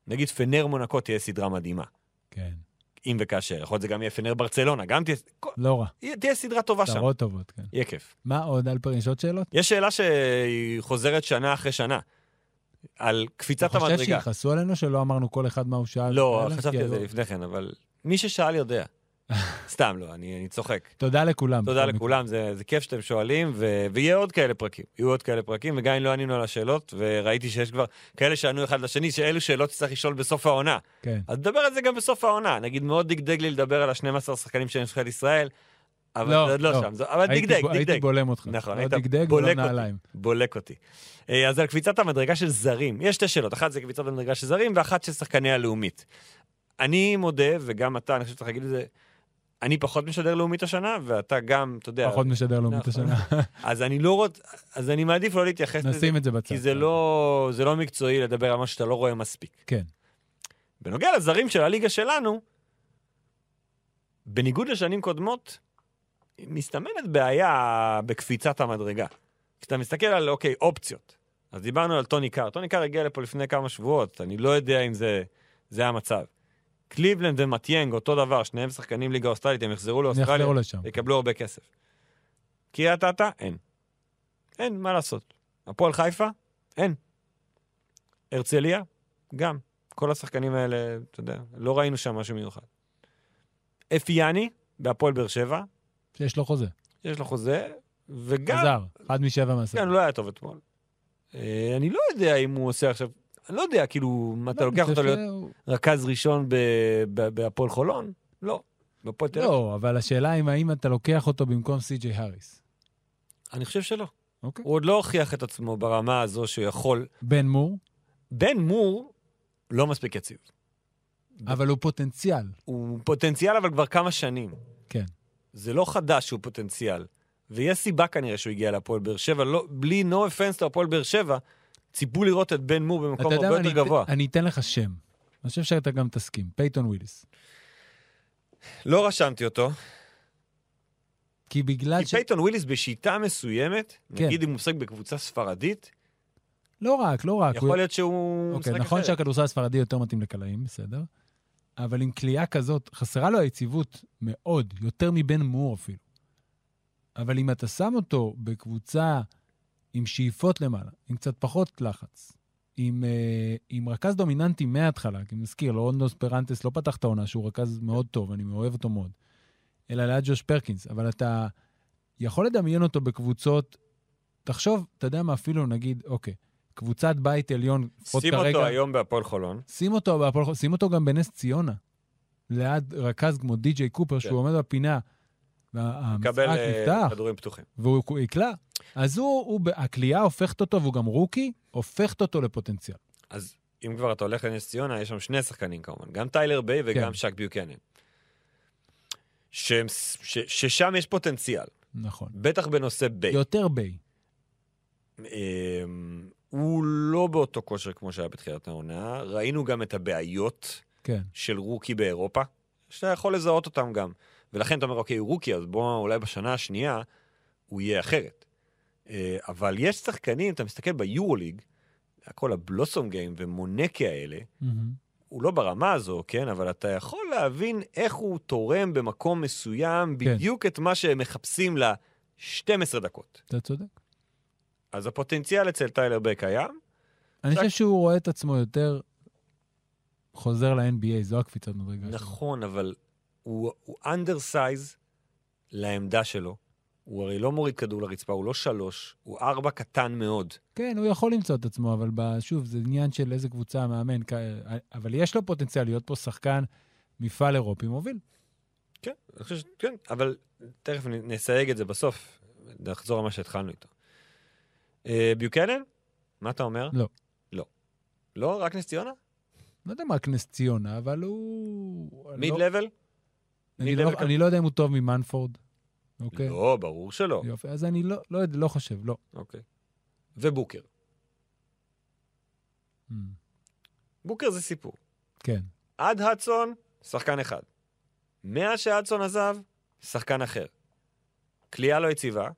[SPEAKER 3] נגיד פנר מונקו תהיה סדרה מדהימה,
[SPEAKER 2] כן.
[SPEAKER 3] אם וכאשר. יכול להיות זה גם יהיה פנר ברצלונה, גם תהיה... כל-
[SPEAKER 2] לא רע.
[SPEAKER 3] יהיה- תהיה סדרה טובה לא שם.
[SPEAKER 2] צרות טובות, כן.
[SPEAKER 3] יהיה כיף.
[SPEAKER 2] מה עוד, אלפרין? יש עוד שאלות?
[SPEAKER 3] יש שאלה שהיא חוזרת שנה אחרי שנה, על קפיצת
[SPEAKER 2] אתה חושב
[SPEAKER 3] המדרגה.
[SPEAKER 2] שיכעסו עלינו שלא אמרנו כל אחד מה הוא שאל?
[SPEAKER 3] לא,
[SPEAKER 2] וכאלה?
[SPEAKER 3] חשבתי
[SPEAKER 2] כי
[SPEAKER 3] על זה
[SPEAKER 2] היו-
[SPEAKER 3] לפני כן, אבל מי ששאל יודע. סתם, לא, אני אני צוחק.
[SPEAKER 2] תודה לכולם.
[SPEAKER 3] תודה
[SPEAKER 2] בכל מקרה.
[SPEAKER 3] לכולם, זה זה כיף שאתם שואלים, ו- ויהיה עוד כאלה פרקים. יהיו עוד כאלה פרקים, וגם אם לא ענינו על השאלות, וראיתי שיש כבר כאלה שענו אחד לשני, שאלו שאלות שצריך לשאול בסוף העונה.
[SPEAKER 2] כן.
[SPEAKER 3] אז נדבר על זה גם בסוף העונה. נגיד, מאוד דגדג לי לדבר על ה-12 שחקנים של נבחרת ישראל, אבל
[SPEAKER 2] לא,
[SPEAKER 3] זה עוד לא
[SPEAKER 2] לא.
[SPEAKER 3] שם. זה- אבל
[SPEAKER 2] הייתי
[SPEAKER 3] דגדג,
[SPEAKER 2] בו- הייתי
[SPEAKER 3] דגדג.
[SPEAKER 2] בולם אותך.
[SPEAKER 3] נכון,
[SPEAKER 2] לא
[SPEAKER 3] היית
[SPEAKER 2] דגדג ולא
[SPEAKER 3] בולק אותי.
[SPEAKER 2] נעליים.
[SPEAKER 3] בולק אותי. אה, אז על קפיצת המדרגה של זרים, יש שתי שאלות, אחת זה קפיצת המדרגה של זרים ואחת של שחקני הלאומית. אני מודה, וגם אתה, אני חושב שצריך להגיד את זה, אני פחות משדר לאומית השנה, ואתה גם, אתה יודע,
[SPEAKER 2] פחות משדר לאומית
[SPEAKER 3] נכון.
[SPEAKER 2] השנה.
[SPEAKER 3] אז אני לא רוצ... אז אני מעדיף לא להתייחס לזה,
[SPEAKER 2] נשים את זה בצד.
[SPEAKER 3] כי זה לא, זה לא מקצועי לדבר על מה שאתה לא רואה מספיק.
[SPEAKER 2] כן.
[SPEAKER 3] בנוגע לזרים של הליגה שלנו, בניגוד לשנים קודמות, מסתמנת בעיה בקפיצת המדרגה. כשאתה מסתכל על, אוקיי, אופציות. אז דיברנו על טוני קאר. טוני קאר הגיע לפה לפני כמה שבועות, אני לא יודע אם זה, זה המצב. קליבלנד ומטיאנג, אותו דבר, שניהם שחקנים ליגה אוסטרלית, הם יחזרו
[SPEAKER 2] אני
[SPEAKER 3] לאוסטרליה,
[SPEAKER 2] אחזור לשם.
[SPEAKER 3] יקבלו הרבה כסף. קריית אתא, אין. אין, מה לעשות. הפועל חיפה, אין. הרצליה, גם. כל השחקנים האלה, אתה יודע, לא ראינו שם משהו מיוחד. אפיאני, בהפועל באר שבע, אה,
[SPEAKER 2] שיש לו חוזה.
[SPEAKER 3] יש לו חוזה, וגם...
[SPEAKER 2] עזר, אחד משבע
[SPEAKER 3] כן,
[SPEAKER 2] מהסרט.
[SPEAKER 3] לא היה טוב אתמול. אה, אני לא יודע אם הוא עושה עכשיו... אני לא יודע, כאילו, מה
[SPEAKER 2] לא,
[SPEAKER 3] אתה לוקח אותו להיות רכז ראשון ב- ב- בהפועל חולון? לא. בהפועל תל אביב?
[SPEAKER 2] לא, אבל השאלה אם האם אתה לוקח אותו במקום סי.ג'יי האריס.
[SPEAKER 3] אני חושב שלא.
[SPEAKER 2] אוקיי.
[SPEAKER 3] הוא עוד לא הוכיח את עצמו ברמה הזו שהוא יכול.
[SPEAKER 2] בן מור,
[SPEAKER 3] בן מור לא מספיק יציב.
[SPEAKER 2] אבל הוא פוטנציאל.
[SPEAKER 3] הוא פוטנציאל אבל כבר כמה שנים.
[SPEAKER 2] כן.
[SPEAKER 3] זה לא חדש שהוא פוטנציאל. ויש סיבה כנראה שהוא הגיע להפועל באר שבע, לא, בלי no offense להפועל באר שבע, ציפו לראות את בן מור
[SPEAKER 2] אתה
[SPEAKER 3] במקום
[SPEAKER 2] יודע
[SPEAKER 3] הרבה
[SPEAKER 2] מה,
[SPEAKER 3] יותר
[SPEAKER 2] אני-
[SPEAKER 3] גבוה.
[SPEAKER 2] אני אתן לך שם. אני חושב שאתה גם תסכים. פייתון וויליס.
[SPEAKER 3] לא רשמתי אותו,
[SPEAKER 2] כי בגלל
[SPEAKER 3] כי
[SPEAKER 2] ש...
[SPEAKER 3] פייתון וויליס בשיטה מסוימת,
[SPEAKER 2] כן.
[SPEAKER 3] נגיד אם הוא משחק בקבוצה ספרדית,
[SPEAKER 2] לא רק, לא רק. הוא-
[SPEAKER 3] יכול להיות שהוא
[SPEAKER 2] אוקיי,
[SPEAKER 3] משחק
[SPEAKER 2] נכון
[SPEAKER 3] אחרת.
[SPEAKER 2] שהכדורסל הספרדי יותר מתאים לקלעים, בסדר? אבל עם כליאה כזאת, חסרה לו היציבות מאוד, יותר מבן מור אפילו. אבל אם אתה שם אותו בקבוצה עם שאיפות למעלה, עם קצת פחות לחץ, עם, אה, עם רכז דומיננטי מההתחלה, כי מזכיר, לורנדוס פרנטס לא פתח את העונה, שהוא רכז מאוד טוב, אני אוהב אותו מאוד, אלא ליד ג'וש פרקינס, אבל אתה יכול לדמיין אותו בקבוצות, תחשוב, אתה יודע מה, אפילו נגיד, אוקיי, קבוצת בית עליון, לפחות
[SPEAKER 3] שים
[SPEAKER 2] כרגע-
[SPEAKER 3] אותו היום בהפועל חולון,
[SPEAKER 2] שים אותו בהפועל חולון, שים אותו גם בנס ציונה, ליד רכז כמו די.ג'יי קופר,
[SPEAKER 3] כן.
[SPEAKER 2] שהוא עומד בפינה,
[SPEAKER 3] קבל
[SPEAKER 2] והמשחק
[SPEAKER 3] אה,
[SPEAKER 2] נפתח,
[SPEAKER 3] כדורים פתוחים.
[SPEAKER 2] והוא הוא יקלע. אז הוא, הוא ב- הכלייה הופכת אותו, והוא גם רוקי, הופכת אותו לפוטנציאל.
[SPEAKER 3] אז אם כבר אתה הולך לנס ציונה, יש שם שני שחקנים כמובן, גם טיילר ביי וגם
[SPEAKER 2] כן.
[SPEAKER 3] שק ביוקנן. שהם, ש, ששם יש פוטנציאל,
[SPEAKER 2] נכון.
[SPEAKER 3] בטח בנושא ביי.
[SPEAKER 2] יותר ביי.
[SPEAKER 3] אמ, הוא לא באותו כושר כמו שהיה בתחילת העונה, ראינו גם את הבעיות
[SPEAKER 2] כן.
[SPEAKER 3] של רוקי באירופה, שאתה יכול לזהות אותם גם. ולכן אתה אומר, אוקיי, הוא רוקי, אז בוא אולי בשנה השנייה הוא יהיה אחרת. אה, אבל יש שחקנים, אתה מסתכל ביורוליג, כל הבלוסום גיים ומונקה האלה,
[SPEAKER 2] מהמם.
[SPEAKER 3] הוא לא ברמה הזו, כן? אבל אתה יכול להבין איך הוא תורם במקום
[SPEAKER 2] כן.
[SPEAKER 3] מסוים בדיוק את מה שהם מחפשים ל-12 דקות.
[SPEAKER 2] אתה צודק.
[SPEAKER 3] אז הפוטנציאל אצל טיילר בק קיים,
[SPEAKER 2] אני
[SPEAKER 3] שק-
[SPEAKER 2] חושב שהוא רואה את עצמו יותר חוזר ל-NBA, זו הקפיצת מדרגה שלו.
[SPEAKER 3] נכון, אבל הוא אנדרסייז לעמדה שלו. הוא הרי לא מוריד כדור לרצפה, הוא לא שלוש, הוא ארבע קטן מאוד.
[SPEAKER 2] כן, הוא יכול למצוא את עצמו, אבל ב- שוב, זה עניין של איזה קבוצה המאמן. כ- אבל יש לו פוטנציאל להיות פה שחקן מפעל אירופי מוביל.
[SPEAKER 3] כן, אני חושב ש... כן, אבל תכף נ- נסייג את זה בסוף, נחזור על מה שהתחלנו איתו. אה, ביוקנן? מה אתה אומר?
[SPEAKER 2] לא.
[SPEAKER 3] לא. לא? רק נס ציונה?
[SPEAKER 2] לא יודע מה נס ציונה, אבל הוא... אני
[SPEAKER 3] מיד
[SPEAKER 2] לא-
[SPEAKER 3] לבל?
[SPEAKER 2] אני
[SPEAKER 3] מיד
[SPEAKER 2] לא-
[SPEAKER 3] לבל
[SPEAKER 2] אני לא יודע אם הוא טוב ממנפורד, אוקיי?
[SPEAKER 3] לא, ברור שלא.
[SPEAKER 2] יופי, אז אני לא- לא יודע, לא חושב, לא.
[SPEAKER 3] אוקיי. ובוקר.
[SPEAKER 2] Mm,
[SPEAKER 3] בוקר זה סיפור.
[SPEAKER 2] כן,
[SPEAKER 3] עד הדסון, שחקן אחד. מאז שהדסון עזב, שחקן אחר. כליאה לא יציבה,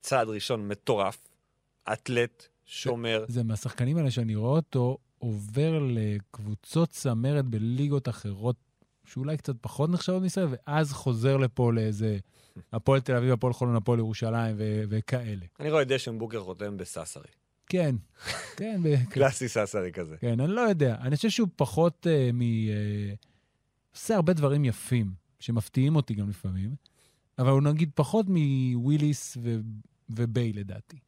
[SPEAKER 3] צעד ראשון מטורף, אתלט, שומר.
[SPEAKER 2] זה מהשחקנים האלה שאני רואה אותו עובר לקבוצות צמרת בליגות אחרות, שאולי קצת פחות נחשבות מישראל, ואז חוזר לפה לאיזה הפועל תל אביב, הפועל חולון, הפועל ירושלים ו- וכאלה.
[SPEAKER 3] אני רואה את דשן בוקר חותם בססרי.
[SPEAKER 2] כן, כן, ב-
[SPEAKER 3] קלאסי ססרי כזה.
[SPEAKER 2] כן, אני לא יודע. אני חושב שהוא פחות אה, מ... אה, עושה הרבה דברים יפים, שמפתיעים אותי גם לפעמים, אבל הוא נגיד פחות מוויליס ו... וביי, לדעתי.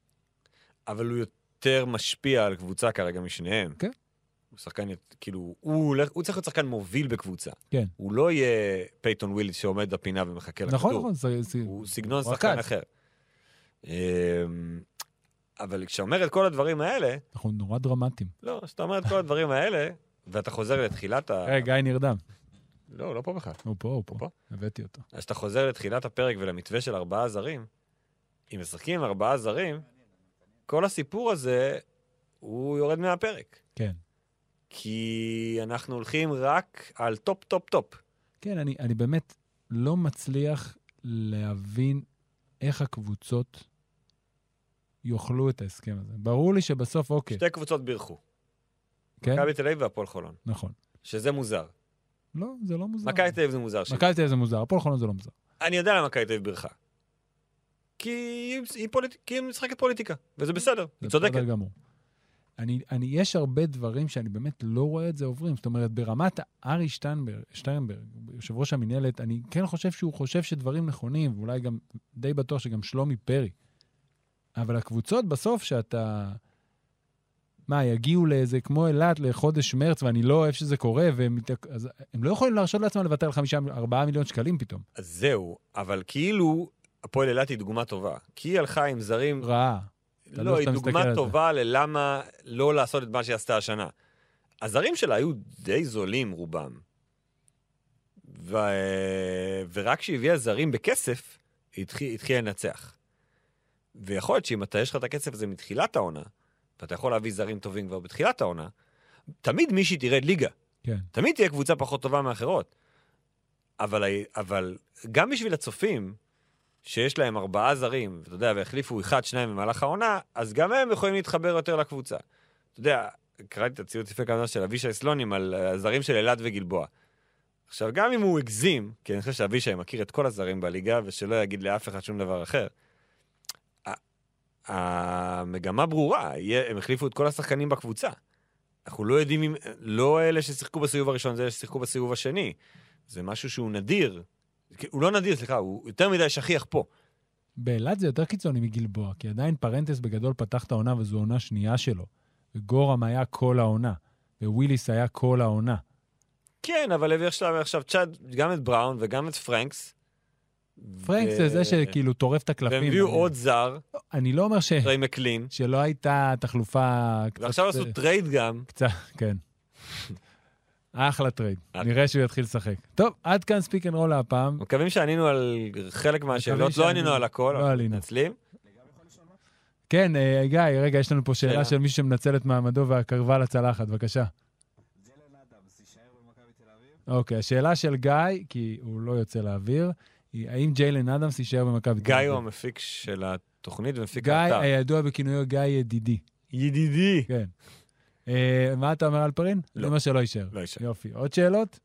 [SPEAKER 3] אבל הוא יותר משפיע על קבוצה כרגע משניהם.
[SPEAKER 2] כן.
[SPEAKER 3] הוא שחקן, ית- כאילו, הוא, הולך, הוא צריך להיות שחקן מוביל בקבוצה.
[SPEAKER 2] כן.
[SPEAKER 3] הוא לא יהיה פייתון ווילס שעומד בפינה ומחכה לכדור.
[SPEAKER 2] נכון, נכון, זה... זה-
[SPEAKER 3] כן, הוא סגנון
[SPEAKER 2] הוא
[SPEAKER 3] שחקן
[SPEAKER 2] רקד.
[SPEAKER 3] אחר. אמ, אבל כשאתה אומר את כל הדברים האלה,
[SPEAKER 2] אנחנו נכון, נורא דרמטיים.
[SPEAKER 3] לא, כשאתה אומר את כל הדברים האלה, ואתה חוזר לתחילת ה...
[SPEAKER 2] היי, גיא נרדם.
[SPEAKER 3] לא, לא פה בכלל.
[SPEAKER 2] הוא פה, הוא פה.
[SPEAKER 3] פה?
[SPEAKER 2] הבאתי אותו.
[SPEAKER 3] אז כשאתה חוזר לתחילת הפרק ולמתווה של ארבעה זרים, אם משחקים עם ארבעה זרים, כל הסיפור הזה, הוא יורד מהפרק.
[SPEAKER 2] כן.
[SPEAKER 3] כי אנחנו הולכים רק על טופ, טופ, טופ.
[SPEAKER 2] כן, אני, אני באמת לא מצליח להבין איך הקבוצות יאכלו את ההסכם הזה. ברור לי שבסוף, אוקיי,
[SPEAKER 3] שתי קבוצות בירכו.
[SPEAKER 2] כן?
[SPEAKER 3] מכבי תל אביב והפועל חולון.
[SPEAKER 2] נכון.
[SPEAKER 3] שזה מוזר.
[SPEAKER 2] לא, זה לא מוזר.
[SPEAKER 3] מכבי תל אביב זה מוזר. שלי.
[SPEAKER 2] מכבי תל אביב זה מוזר, הפועל חולון זה לא מוזר.
[SPEAKER 3] אני יודע למה מכבי תל אביב בירכה. כי היא- היא פוליט- כי היא משחקת פוליטיקה, וזה בסדר, היא
[SPEAKER 2] כן. זה בסדר
[SPEAKER 3] צודקת.
[SPEAKER 2] גמור. אני, אני, יש הרבה דברים שאני באמת לא רואה את זה עוברים. זאת אומרת, ברמת ארי שטיינברג, שטיינברג, יושב ראש המינהלת, אני כן חושב שהוא חושב שדברים נכונים, ואולי גם, די בטוח שגם שלומי פרי. אבל הקבוצות בסוף שאתה... מה, יגיעו לאיזה, כמו אילת, לחודש מרץ, ואני לא אוהב שזה קורה, והם מת- אז הם לא יכולים להרשות לעצמם לוותר על חמישה, ארבעה מיליון שקלים פתאום.
[SPEAKER 3] אז זהו, אבל כאילו, הפועל אילת היא דוגמה טובה. כי היא הלכה עם זרים,
[SPEAKER 2] רעה. תלוי
[SPEAKER 3] לא,
[SPEAKER 2] איך
[SPEAKER 3] היא
[SPEAKER 2] אתה מסתכל על
[SPEAKER 3] דוגמה
[SPEAKER 2] זה.
[SPEAKER 3] טובה ללמה לא לעשות את מה שהיא עשתה השנה. הזרים שלה היו די זולים רובם. ו... ורק כשהיא הביאה זרים בכסף, היא התחיל- התחילה לנצח. ויכול להיות שאם אתה, יש לך את הכסף הזה מתחילת העונה, ואתה יכול להביא זרים טובים כבר בתחילת העונה, תמיד מישהי תרד ליגה.
[SPEAKER 2] כן.
[SPEAKER 3] תמיד תהיה קבוצה פחות טובה מאחרות. אבל, ה- אבל גם בשביל הצופים, שיש להם ארבעה זרים, אתה יודע, והחליפו אחד, שניים במהלך העונה, אז גם הם יכולים להתחבר יותר לקבוצה. אתה יודע, קראתי את הציוץ לפני כמה זמן של אבישי סלונים על אה, הזרים של אלעד וגלבוע. עכשיו, גם אם הוא הגזים, כי אני חושב שאבישי מכיר את כל הזרים בליגה, ושלא יגיד לאף אחד שום דבר אחר, ה- המגמה ברורה, יהיה- הם החליפו את כל השחקנים בקבוצה. אנחנו לא יודעים אם... לא אלה ששיחקו בסיבוב הראשון, זה אלה ששיחקו בסיבוב השני. זה משהו שהוא נדיר. הוא לא נדיר, סליחה, הוא יותר מדי שכיח פה.
[SPEAKER 2] באילת זה יותר קיצוני מגלבוע, כי עדיין פרנטס בגדול פתח את העונה וזו עונה שנייה שלו. וגורם היה כל העונה, וויליס היה כל העונה.
[SPEAKER 3] כן, אבל הביא עכשיו, עכשיו צ'אד, גם את בראון וגם את פרנקס.
[SPEAKER 2] פרנק זה זה שכאילו טורף את הקלפים.
[SPEAKER 3] והם הביאו
[SPEAKER 2] אני-
[SPEAKER 3] עוד זר,
[SPEAKER 2] אני לא אומר ש...
[SPEAKER 3] ריי מקלין,
[SPEAKER 2] שלא הייתה תחלופה... קצת- אה,
[SPEAKER 3] ועכשיו עשו טרייד גם.
[SPEAKER 2] קצת, כן. אחלה טרייד.
[SPEAKER 3] אחלה.
[SPEAKER 2] נראה שהוא יתחיל לשחק. טוב, עד כאן ספיק אנד רול הפעם.
[SPEAKER 3] מקווים שענינו על חלק מהשאלות,
[SPEAKER 2] שענינו.
[SPEAKER 3] לא ענינו על הכל,
[SPEAKER 2] לא
[SPEAKER 3] אבל
[SPEAKER 2] עלינו.
[SPEAKER 3] מתנצלים.
[SPEAKER 2] כן, אה, גיא, רגע, יש לנו פה שאלה
[SPEAKER 3] שאלה.
[SPEAKER 2] של מישהו שמנצל את מעמדו והקרבה לצלחת, בבקשה. אוקיי, השאלה של גיא, כי הוא לא יוצא לאוויר, היא האם ג'יילן אדמס יישאר במכבי תל
[SPEAKER 3] גיא
[SPEAKER 2] אביב?
[SPEAKER 3] הוא המפיק של התוכנית ומפיק
[SPEAKER 2] גיא, אה,
[SPEAKER 3] האתר.
[SPEAKER 2] הידוע בכינויו גיא ידידי,
[SPEAKER 3] ידידי.
[SPEAKER 2] כן. אה, מה אתה אומר על פרין?
[SPEAKER 3] לא.
[SPEAKER 2] זה אומר שלא יישאר.
[SPEAKER 3] לא יישאר.
[SPEAKER 2] יופי. עוד שאלות?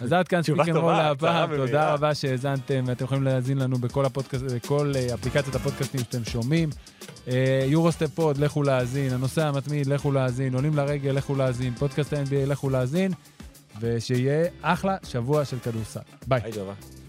[SPEAKER 2] אז עד כאן
[SPEAKER 3] תשובה
[SPEAKER 2] ספיק אנד רול
[SPEAKER 3] טובה,
[SPEAKER 2] להפעם.
[SPEAKER 3] קצרה
[SPEAKER 2] תודה
[SPEAKER 3] ומהירה.
[SPEAKER 2] רבה שהאזנתם, ואתם יכולים להאזין לנו בכל הפודקאסט- בכל אה, אפליקציית הפודקאסטים שאתם שומעים. אה, יורוסטפ פוד, לכו להאזין, הנוסע המתמיד, לכו להאזין, עולים לרגל, לכו להאזין, פודקאסט ה-NBA, לכו להאזין, ושיהיה אחלה שבוע של כדורסל. ביי.
[SPEAKER 3] היי ג'ובה.